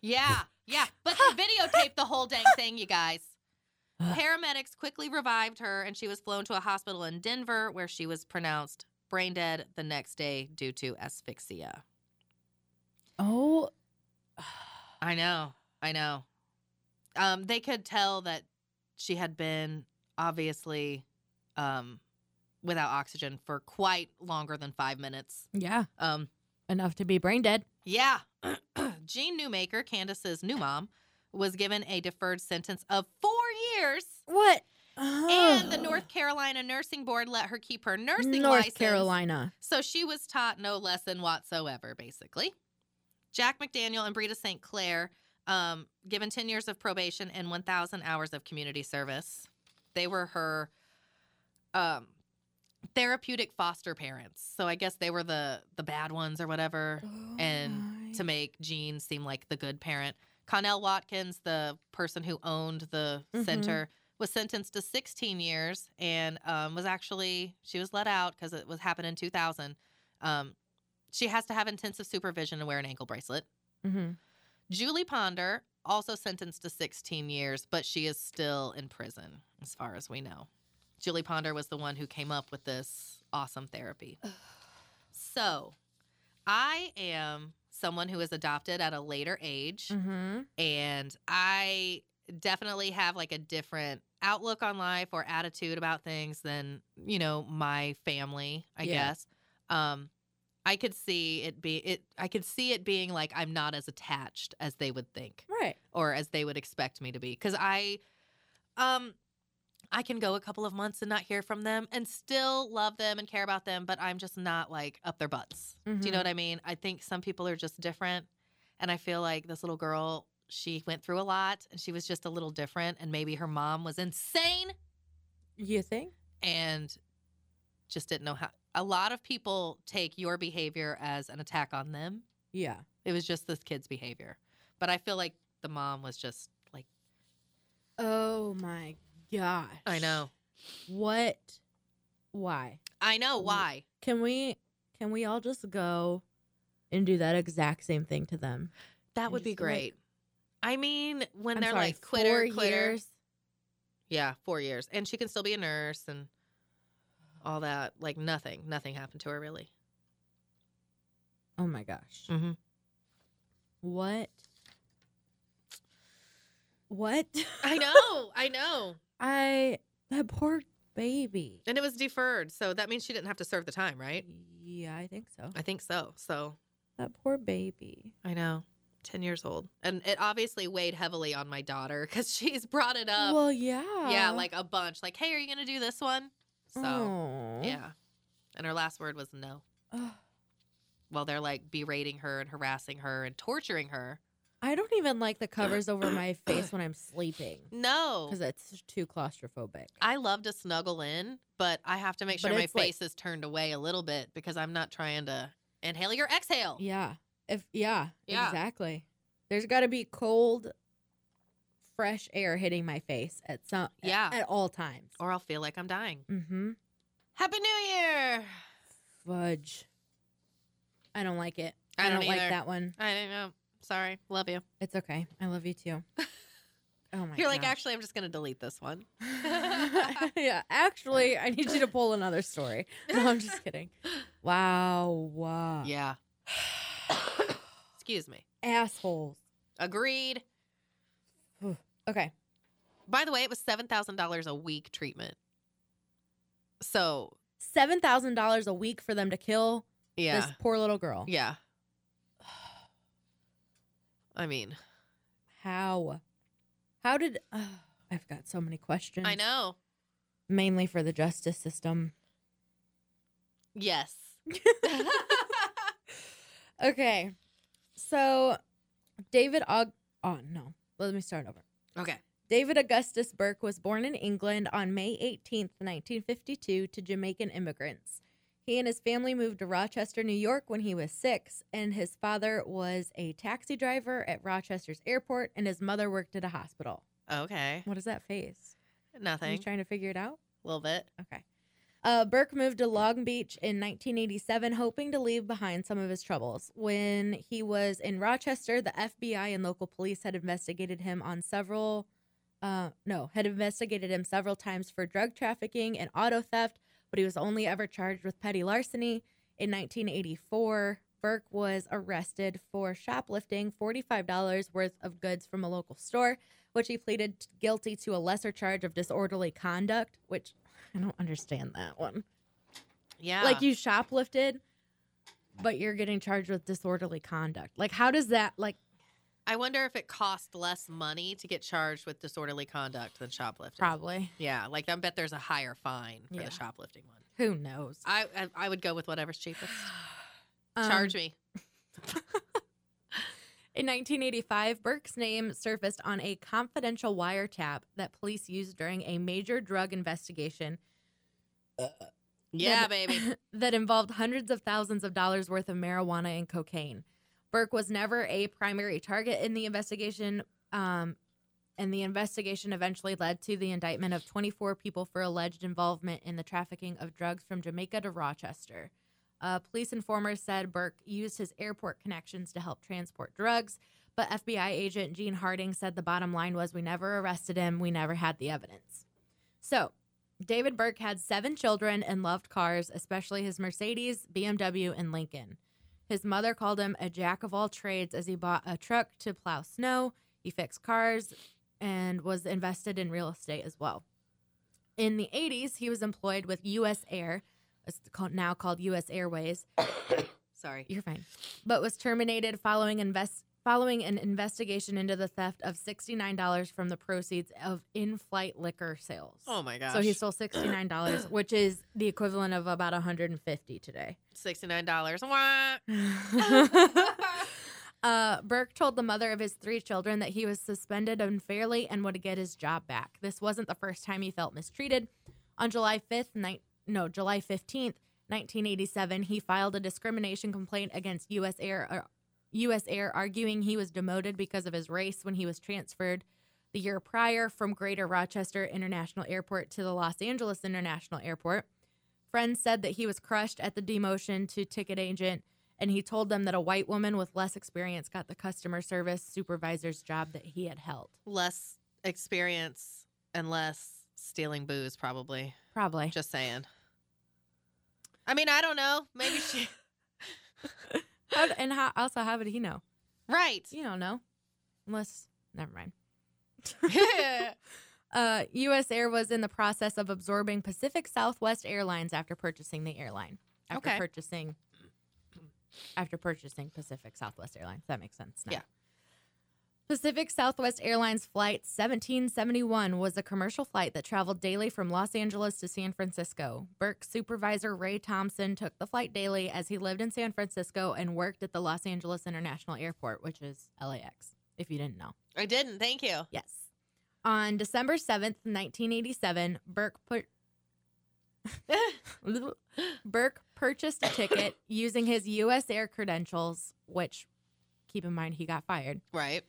Yeah, yeah. But they videotaped the whole dang thing, you guys. Paramedics quickly revived her, and she was flown to a hospital in Denver where she was pronounced brain dead the next day due to asphyxia. oh. I know. I know. Um, they could tell that she had been obviously um, without oxygen for quite longer than five minutes. Yeah. Um, Enough to be brain dead. yeah. Jean Newmaker, Candace's new mom, was given a deferred sentence of four years. What? And the North Carolina Nursing Board let her keep her nursing North license. Carolina. So she was taught no lesson whatsoever, basically. Jack McDaniel and Brita St. Clair, um, given 10 years of probation and 1,000 hours of community service. They were her um, therapeutic foster parents. So I guess they were Oh the, the bad ones or whatever. and to make Jean seem like the good parent. Connell Watkins, the person who owned the Mhm. center, was sentenced to 16 years and um, was actually she was let out because it was happened in 2000. Um, she has to have intensive supervision and wear an ankle bracelet. Mm-hmm. Julie Ponder also sentenced to 16 years, but she is still in prison, as far as we know. Julie Ponder was the one who came up with this awesome therapy. So, I am someone who was adopted at a later age, Mm-hmm. and I definitely have like a different outlook on life or attitude about things than, you know, my family, I Yeah. guess. Um, I could see it be it I could see it being like I'm not as attached as they would think Right. or as they would expect me to be cuz I um I can go a couple of months and not hear from them and still love them and care about them but I'm just not like up their butts. Do you know what I mean? I think some people are just different and I feel like this little girl she went through a lot and she was just a little different and maybe her mom was insane You think? and just didn't know how a lot of people take your behavior as an attack on them Yeah. it was just this kid's behavior. But I feel like the mom was just like, Oh my gosh. I know. What? Why? I know Mm. why. Can we? Can we all just go and do that exact same thing to them? That I'm would be just like- great. I mean, when I'm they're sorry, like quitter, four quitter. years. Yeah, four years. And she can still be a nurse and all that. Like nothing. Nothing happened to her really. Oh my gosh. Mm-hmm. What? What? I know. I know. I that poor baby. And it was deferred. So that means she didn't have to serve the time, right? Yeah, I think so. I think so. So That poor baby. I know. 10 years old. And it obviously weighed heavily on my daughter because she's brought it up. well, yeah. yeah, like a bunch. Like, hey, are you going to do this one? So. Aw. Yeah. And her last word was no. Ugh. Well, they're like berating her and harassing her and torturing her. I don't even like the covers over my face when I'm sleeping No. because it's too claustrophobic. I love to snuggle in, but I have to make sure But my it's like- face is turned away a little bit because I'm not trying to inhale your exhale. Yeah. If yeah, Yeah. exactly. There's got to be cold, fresh air hitting my face at some Yeah. at all times. Or I'll feel like I'm dying. Mm-hmm. Happy New Year. Fudge. I don't like it. I I don't, don't like either. that one. I don't know. Sorry. Love you. It's okay. I love you too. Oh my! You're like, gosh. actually, I'm just going to delete this one. yeah, actually, I need you to pull another story. No, I'm just kidding. Wow, wow. Yeah. Excuse me. Assholes. Agreed. Okay. By the way, it was $7,000 a week treatment. So, $7,000 a week for them to kill yeah. this poor little girl. Yeah. I mean, How? How did. ugh, I've got so many questions. I know. Mainly for the justice system. Yes. Okay. So, David Og. Oh, no. Let me start over. okay. David Augustus Burke was born in England on May 18, 1952, to Jamaican immigrants. He and his family moved to Rochester, New York when he was six, and his father was a taxi driver at Rochester's airport, and his mother worked at a hospital. Okay. What is that face? Are you Nothing. trying to figure it out? A little bit. Okay. Uh, Burke moved to Long Beach in 1987, hoping to leave behind some of his troubles. When he was in Rochester, the FBI and local police had investigated him on several, uh, no, had investigated him several times for drug trafficking and auto theft, but he was only ever charged with petty larceny. In 1984, Burke was arrested for shoplifting $45 worth of goods from a local store, which he pleaded t- guilty to a lesser charge of disorderly conduct, which I don't understand that one. Yeah. Like you shoplifted, but you're getting charged with disorderly conduct. Like how does that like I wonder if it cost less money to get charged with disorderly conduct than shoplifting. probably Yeah. Like I bet there's a higher fine for Yeah. the shoplifting one. who knows? I, I I would go with whatever's cheapest. Um, Charge me. In 1985, Burke's name surfaced on a confidential wiretap that police used during a major drug investigation Yeah, that- baby. that involved hundreds of thousands of dollars worth of marijuana and cocaine. Burke was never a primary target in the investigation, um, and the investigation eventually led to the indictment of 24 people for alleged involvement in the trafficking of drugs from Jamaica to Rochester. Uh, police informers said Burke used his airport connections to help transport drugs, but FBI agent Gene Harding said the bottom line was we never arrested him, we never had the evidence. So, David Burke had seven children and loved cars, especially his Mercedes, BMW, and Lincoln. His mother called him a jack of all trades as he bought a truck to plow snow. He fixed cars and was invested in real estate as well. In the 80s, he was employed with U.S. Air, it's called- now called U.S. Airways, Sorry. you're fine. But was terminated following invest following an investigation into the theft of $69 from the proceeds of in-flight liquor sales. Oh my gosh. So he stole $69, which is the equivalent of about 150 today. sixty nine dollars. Wah. Uh, Burke told the mother of his three children that he was suspended unfairly and would get his job back. This wasn't the first time he felt mistreated. On July 5th, ni- no, July 15th, 1987, he filed a discrimination complaint against U.S. Air, uh, U.S. Air, arguing he was demoted because of his race when he was transferred the year prior from Greater Rochester International Airport to the Los Angeles International Airport. Friends said that he was crushed at the demotion to ticket agent, and he told them that a white woman with less experience got the customer service supervisor's job that he had held. Less experience and less stealing booze, probably. Probably. Just saying. I mean, I don't know. Maybe she. How, and how, also, how would he know? Right. You don't know. Unless, never mind. Uh, U.S. Air was in the process of absorbing Pacific Southwest Airlines after purchasing the airline. After Okay. purchasing, after purchasing Pacific Southwest Airlines, that makes sense. Now. Yeah. Pacific Southwest Airlines Flight 1771 was a commercial flight that traveled daily from Los Angeles to San Francisco. Burke's supervisor Ray Thompson took the flight daily as he lived in San Francisco and worked at the Los Angeles International Airport, which is LAX, if you didn't know. I didn't. Thank you. Yes. On December 7th, 1987, Burke put. Burke purchased a ticket using his U.S. Air credentials, which, keep in mind, he got fired. Right.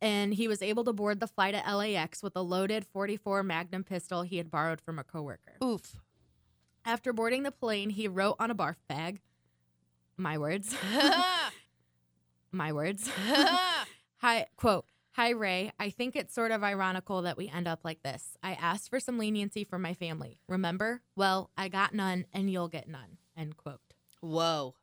And he was able to board the flight at LAX with a loaded 44 Magnum pistol he had borrowed from a coworker. Oof. After boarding the plane, he wrote on a barf bag, my words, Ah. my words, Hi, quote, Hi, Ray. I think it's sort of ironical that we end up like this. I asked for some leniency from my family. Remember? Well, I got none and you'll get none. End quote. Whoa.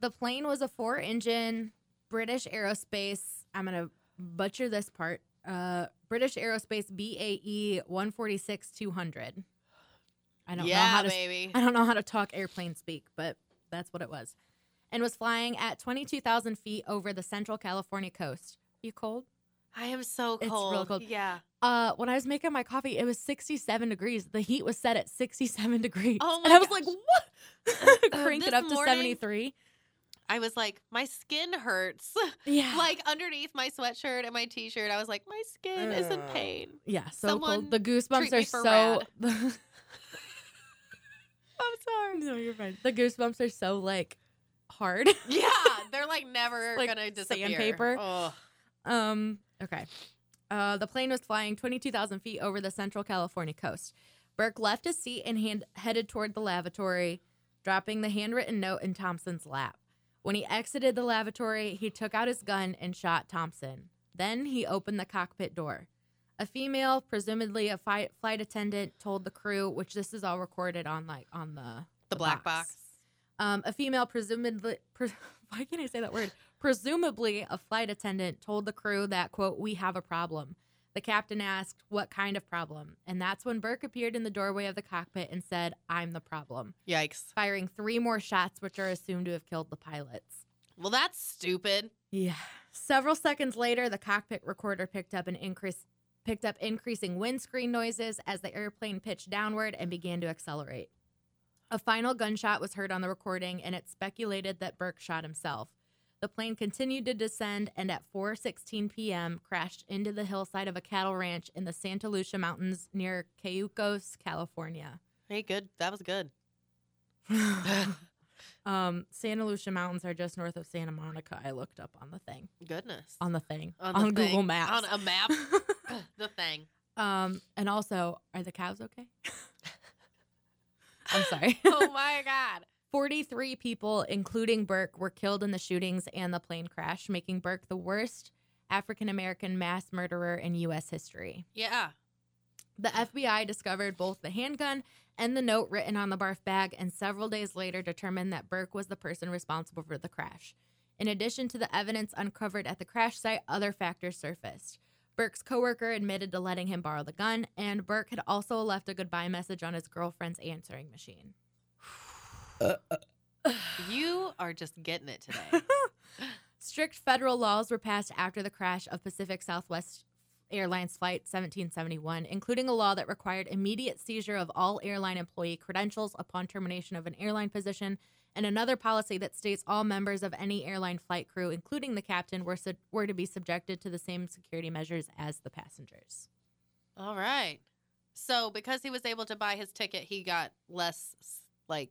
The plane was a four engine British Aerospace. I'm going to butcher this part. Uh, British Aerospace E BAE 146 200. I don't yeah, know how to baby. I don't know how to talk airplane speak, but that's what it was. And was flying at 22,000 feet over the central California coast. You cold? I am so It's real cold. cold. Yeah. Uh, when I was making my coffee, it was 67 degrees. The heat was set at 67 degrees. Oh and my I was gosh. like, what? Cranked it This up to morning- 73. I was like, my skin hurts. Yeah. like underneath my sweatshirt and my t-shirt, I was like, my skin is in pain. yeah, so someone cold. The treat goosebumps me are for so. I'm no, you're fine. The goosebumps are so like hard. Yeah, they're like never Like gonna disappear. sandpaper. Ugh. Um. Okay. Uh, the plane was flying 22,000 feet over the central California coast. Burke left his seat and hand- headed toward the lavatory, dropping the handwritten note in Thompson's lap. When he exited the lavatory, he took out his gun and shot Thompson. Then he opened the cockpit door. A female, presumably a fi- flight attendant, told the crew, which this is all recorded on like on the The black box. um, a female, presumably, pre- why can't I say that word? Presumably, a flight attendant told the crew that, quote, we have a problem. The captain asked, what kind of problem? And that's when Burke appeared in the doorway of the cockpit and said, I'm the problem, Yikes. firing three more shots, which are assumed to have killed the pilots. Well, that's stupid. Yeah. Several seconds later, the cockpit recorder picked up an increase picked up increasing windscreen noises as the airplane pitched downward and began to accelerate. A final gunshot was heard on the recording and it's speculated that Burke shot himself. The plane continued to descend and at 4:16 p.m. crashed into the hillside of a cattle ranch in the Santa Lucia Mountains near Cayucos, California. Hey, good. That was good. Um, Santa Lucia Mountains are just north of Santa Monica. I looked up on the thing, Goodness. on the thing, on, the Google thing. Maps. On a map. the thing. um, and also, are the cows okay? I'm sorry. oh my God. 43 people, including Burke, were killed in the shootings and the plane crash, making Burke the worst African American mass murderer in U.S. history. Yeah. The FBI discovered both the handgun and the note written on the barf bag, and several days later determined that Burke was the person responsible for the crash. In addition to the evidence uncovered at the crash site, other factors surfaced. Burke's coworker admitted to letting him borrow the gun, and Burke had also left a goodbye message on his girlfriend's answering machine. You are just getting it today. Strict federal laws were passed after the crash of Pacific Southwest Airlines Flight 1771, including a law that required immediate seizure of all airline employee credentials upon termination of an airline position, and another policy that states all members of any airline flight crew, including the captain, were, sub- were to be subjected to the same security measures as the passengers. All right. So because he was able to buy his ticket, he got less like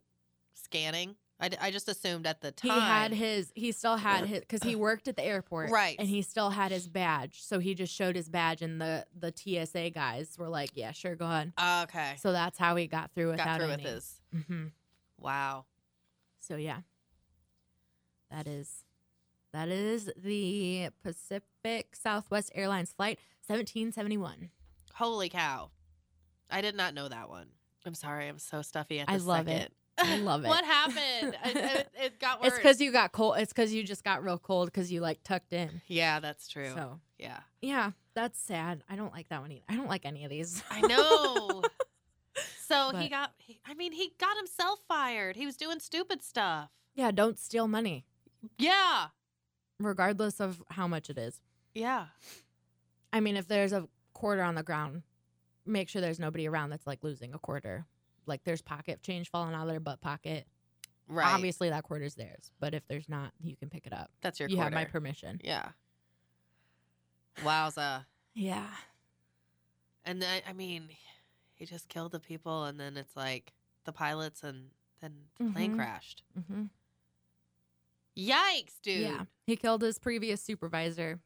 scanning. I, d- I just assumed at the time He had his, he still had his, because he worked at the airport, Right. And he still had his badge, so he just showed his badge, and the the TSA guys were like, "Yeah, sure, go ahead." Ah, okay. So that's how he got through without Got through any. with this. hmm Wow. So yeah, that is that is the Pacific Southwest Airlines flight 1771. Holy cow. I did not know that one. I'm sorry. I'm so stuffy at the I love second. it. I love it. what happened? I, it, it got worse. It's because you got cold. It's because you just got real cold because you like tucked in. yeah, that's true. So Yeah. yeah, that's sad. I don't like that one either. I don't like any of these. I know. so he But- got, he, I mean, he got himself fired. He was doing stupid stuff. yeah, don't steal money, Yeah. regardless of how much it is. Yeah. I mean, if there's a quarter on the ground, make sure there's nobody around that's like losing a quarter. Like there's pocket change falling out of their butt pocket. Right. Obviously, that quarter's theirs, but if there's not, you can pick it up. That's your you have my quarter. permission. Yeah. Wowza. Yeah. And then, I mean, he just killed the people, and then it's like the pilots, and then the plane Mhm. crashed. hmm Yikes, dude. Yeah. He killed his previous supervisor.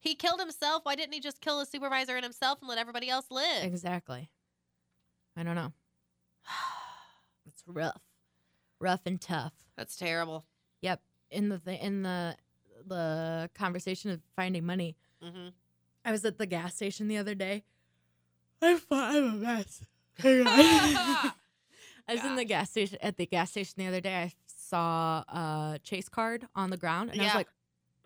He killed himself. Why didn't he just kill his supervisor and himself and let everybody else live? Exactly. I don't know. It's rough, rough and tough. That's terrible. Yep. In the th- in the the conversation of finding money, hmm I was at the gas station the other day. I fi- I'm a mess. Hang Mm-hmm. on. I was in the gas station at the gas station the other day. I saw a chase card on the ground, and I was Yeah. like,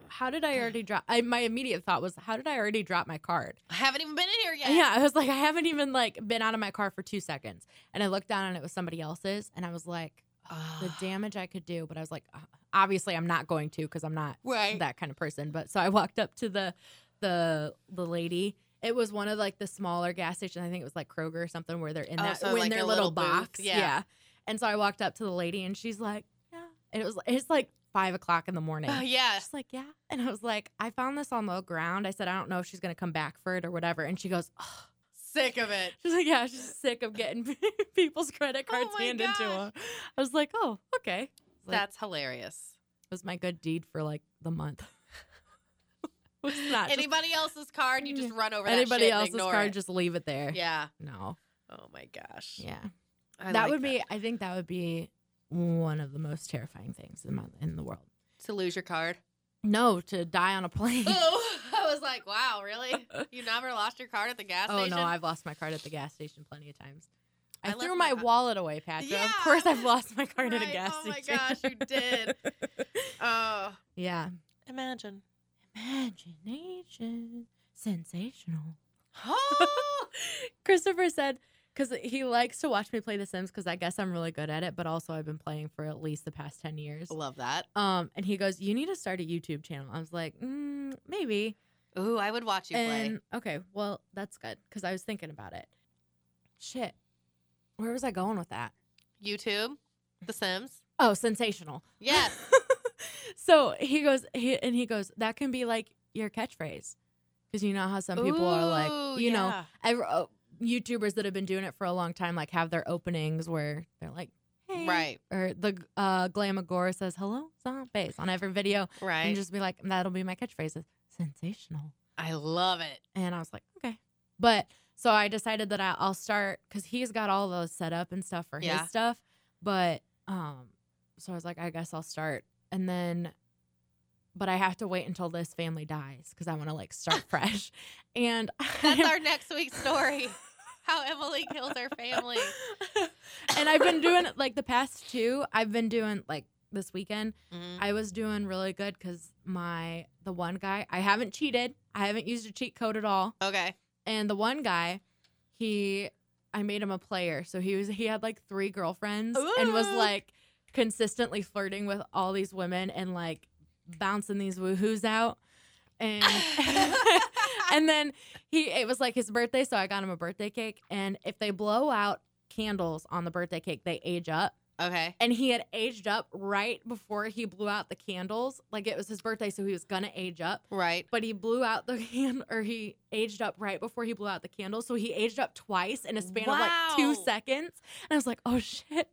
"How did I already drop?" I, my immediate thought was, "How did I already drop my card?" I haven't even been in here yet. Yeah. I was like, "I haven't even like been out of my car for two seconds," and I looked down, and it was somebody else's, and I was like, Ah, "The damage I could do," but I was like, "Uh, "Obviously, I'm not going to because I'm not Right. that kind of person." But so I walked up to the the the lady. It was one of like the smaller gas stations. I think it was like Kroger or something where they're in Oh, that so, when like, their a little, little booth. box. Yeah. And so I walked up to the lady and she's like, Yeah. And it was it's like five o'clock in the morning. Oh, yeah. She's like, Yeah. And I was like, I found this on the ground. I said, I don't know if she's gonna come back for it or whatever. And she goes, oh. Sick of it. She's like, Yeah, she's sick of getting people's credit Oh cards my handed to gosh. her. I was like, Oh, okay. Like- That's hilarious. It was my good deed for like the month. was not just Anybody else's card, you just run over that anybody shit and else's ignore card, it. just leave it there. Yeah. No. Oh my gosh. Yeah. I that like would be. I think that would be one of the most terrifying things in my, in the world. to lose your card. No, to die on a plane. Oh, I was like, wow, really? You never lost your card at the gas oh station? no, I've lost my card at the gas station plenty of times. I, I threw left my, my- wallet away, Patrick. Yeah. Of course, I've lost my card at a Right. gas Oh my station. gosh, you did. Oh, yeah. imagine. Imagination, sensational. Oh, Christopher said because he likes to watch me play The Sims because I guess I'm really good at it, but also I've been playing for at least the past ten years. love that. Um, and he goes, "You need to start a YouTube channel." I was like, mm, "Maybe." Ooh, I would watch you play. And okay, well that's good because I was thinking about it. Shit, where was I going with that? YouTube, The Sims. Oh, sensational. Yes. so he goes, he, and he goes, that can be like your catchphrase, because you know how some people are like, Ooh, you know, yeah. I, uh, YouTubers that have been doing it for a long time, like have their openings where they're like, hey. Right. Or the uh, Glamagora says, hello, zombies on every video. Right. And just be like, that'll be my catchphrase. is, Sensational. I love it. And I was like, okay. But so I decided that I, I'll start because he's got all those set up and stuff for Yeah. his stuff. But um, so I was like, I guess I'll start. And then, but I have to wait until this family dies because I want to like start fresh. And That's our next week's story. How Emily kills her family. and I've been doing like the past two, I've been doing like this weekend, Mhm. I was doing really good because my, the one guy, I haven't cheated, I haven't used a cheat code at all. Okay. and the one guy he i made him a player so he was he had like three girlfriends and was Ooh. like consistently flirting with all these women and like bouncing these woohoos out and and then he it was like his birthday so i got him a birthday cake and if they blow out candles on the birthday cake they age up Okay. and he had aged up right before he blew out the candles like it was his birthday so he was gonna age up Right. but he blew out the can or he aged up right before he blew out the candle. So he aged up twice in a span of like two Wow. seconds. And I was like, oh shit.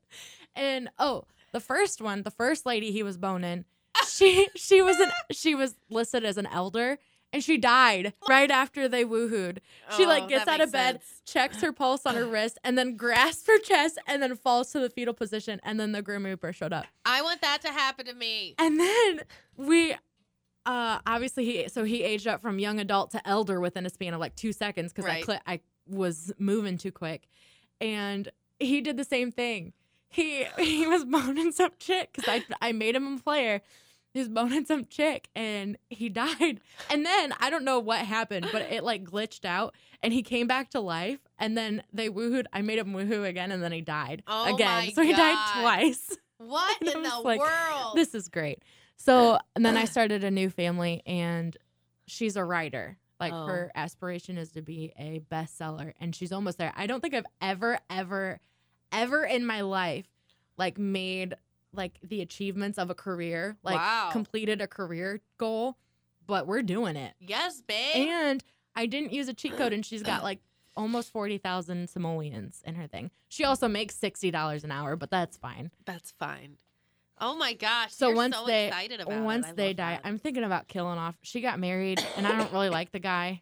And oh, the first one, the first lady he was boning, she she was an she was listed as an elder and she died right after they woohooed. She like Oh, gets that out of makes bed, sense. checks her pulse on her wrist, and then grasps her chest and then falls to the fetal position. And then the grim reaper showed up. I want that to happen to me. And then we uh obviously he so he aged up from young adult to elder within a span of like 2 seconds cuz I Right. cli- I was moving too quick. And he did the same thing. He he was boning some chick cuz I I made him a player. He was boning some chick and he died. And then I don't know what happened, but it like glitched out and he came back to life and then they woohooed. I made him woohoo again and then he died Oh again. my so he God. died twice. What And I in was the like, world? This is great. So, and then I started a new family, and she's a writer. Like Oh. her aspiration is to be a bestseller, and she's almost there. I don't think I've ever, ever, ever in my life, like made like the achievements of a career, like Wow. completed a career goal, but we're doing it. yes, babe. And I didn't use a cheat code, and she's got like almost forty thousand simoleons in her thing. She also makes sixty dollars an hour, but that's fine. That's fine. Oh my gosh. So you're once so they excited about it. once I they love die, that. I'm thinking about killing off. She got married, and I don't really like the guy,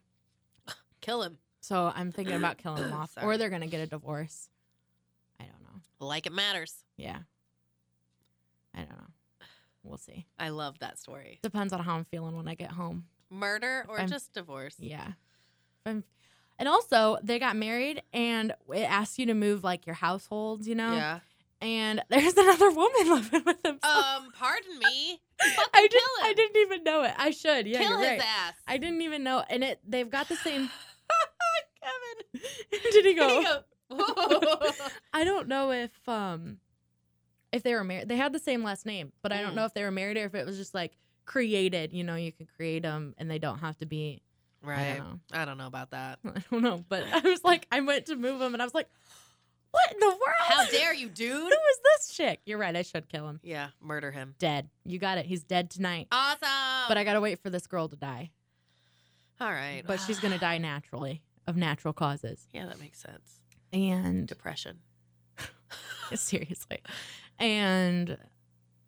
kill him so I'm thinking about killing him off, or Sorry. they're gonna get a divorce. I don't know. like it matters. Yeah, I don't know. We'll see. I love that story. Depends on how I'm feeling when I get home. Murder or I'm- just divorce? Yeah. If I'm- and also, they got married, and it asks you to move like your households, you know. Yeah. And there's another woman living with him. so Um, pardon me. Fucking I didn't. kill him. I didn't even know it. I should. Yeah, kill you're his right. ass. I didn't even know. And it they've got the same. Kevin. Did he go? He go, "Whoa." I don't know if um if they were married. They had the same last name, but I don't Mm. know if they were married or if it was just like created. You know, you can create them and they don't have to be. I right. don't know. I don't know about that. I don't know. But I was like, I went to move them and I was like, what in the world? How dare you, Who dude? is this chick? You're right. I should kill him. Yeah, murder him. Dead. You got it. He's dead tonight. Awesome. But I gotta wait for this girl to die. All right. But she's gonna die naturally of natural causes. Yeah, that makes sense. And Depression. seriously. And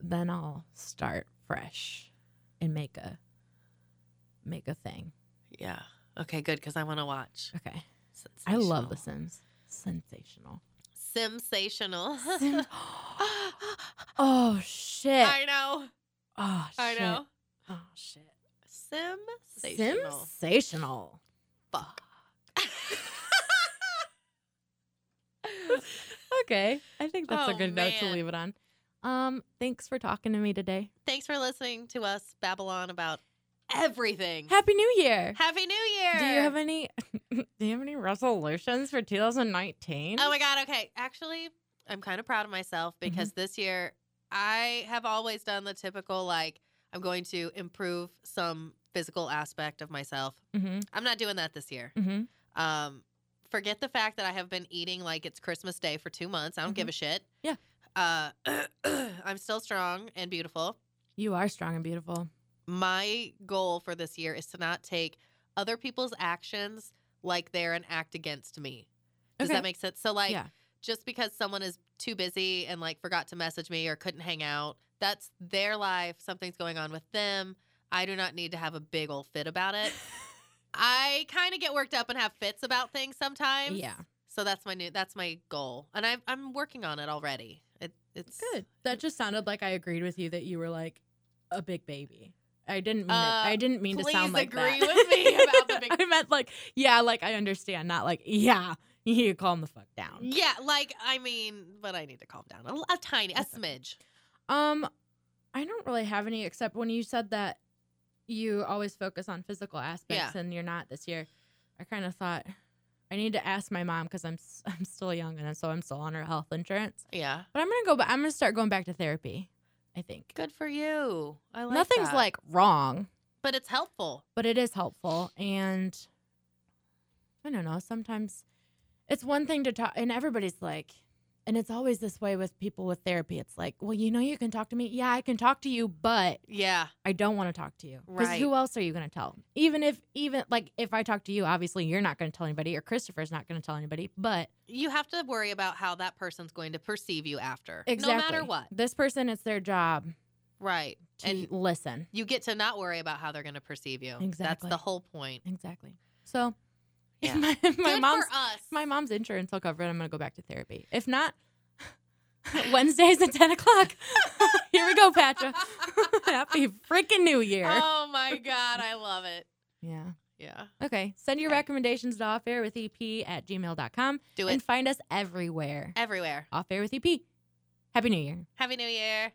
then I'll start fresh and make a make a thing. Yeah. Okay, good because I want to watch. Okay. I love The Sims. Sensational. Sensational. Sim- oh shit. I know. oh shit. I know. Oh shit. Sensational. Sensational. Fuck. Okay. I think that's a Oh, good note to man. leave it on. Um, thanks for talking to me today. Thanks for listening to us babble on about everything. Happy New Year. Happy New Year. Do you have any do you have any resolutions for 2019? Oh my god, okay. Actually, I'm kind of proud of myself because this year I have always done the typical like I'm going to improve some physical aspect of myself. Mm-hmm. I'm not doing that this year. Mm-hmm. Um forget the fact that I have been eating like it's Christmas day for 2 months. I don't give a shit. Yeah. Uh I'm still strong and beautiful. You are strong and beautiful. my goal for this year is to not take other people's actions like they're an act against me. Does Okay. that make sense? So like Yeah. just because someone is too busy and like forgot to message me or couldn't hang out. That's their life. Something's going on with them. I do not need to have a big old fit about it. I kind of get worked up and have fits about things sometimes. yeah. So that's my new that's my goal, and I'm I'm working on it already. It it's Good. That just sounded like I agreed with you that you were like a big baby. I didn't mean Uh, it. I didn't mean to please sound like agree that. with me about the big- I meant like yeah, like I understand, not like yeah, you calm the fuck down. Yeah, like I mean, but I need to calm down a, l- a tiny, a smidge. Um, I don't really have any except when you said that you always focus on physical aspects and you're not this year. I kind of thought I need to ask my mom because I'm s- I'm still young and so I'm still on her health insurance. Yeah, But I'm gonna go. ba- I'm gonna start going back to therapy. I think good for you. I like nothing's that. like wrong, but it's helpful. but it is helpful and i don't know sometimes it's one thing to talk and everybody's like and it's always this way with people with therapy it's like well you know you can talk to me yeah i can talk to you but Yeah, i don't want to talk to you because Right. who else are you going to tell even if even like if i talk to you obviously you're not going to tell anybody or christopher's not going to tell anybody but you have to worry about how that person's going to perceive you after, exactly no matter what. this person it's their job Right, to and listen you get to not worry about how they're going to perceive you. that's Exactly. the whole point. exactly so Yeah. my, my good mom's for us. If my mom's insurance will cover it, I'm gonna go back to therapy. If not, Wednesdays at ten o'clock. Here we go, Patra. Happy freaking New Year. Oh my god, I love it. yeah. Yeah, Okay. Send your Okay. recommendations to offair with EP at gmail.com do it and find us everywhere. everywhere. Off air with EP. Happy New Year. Happy New Year.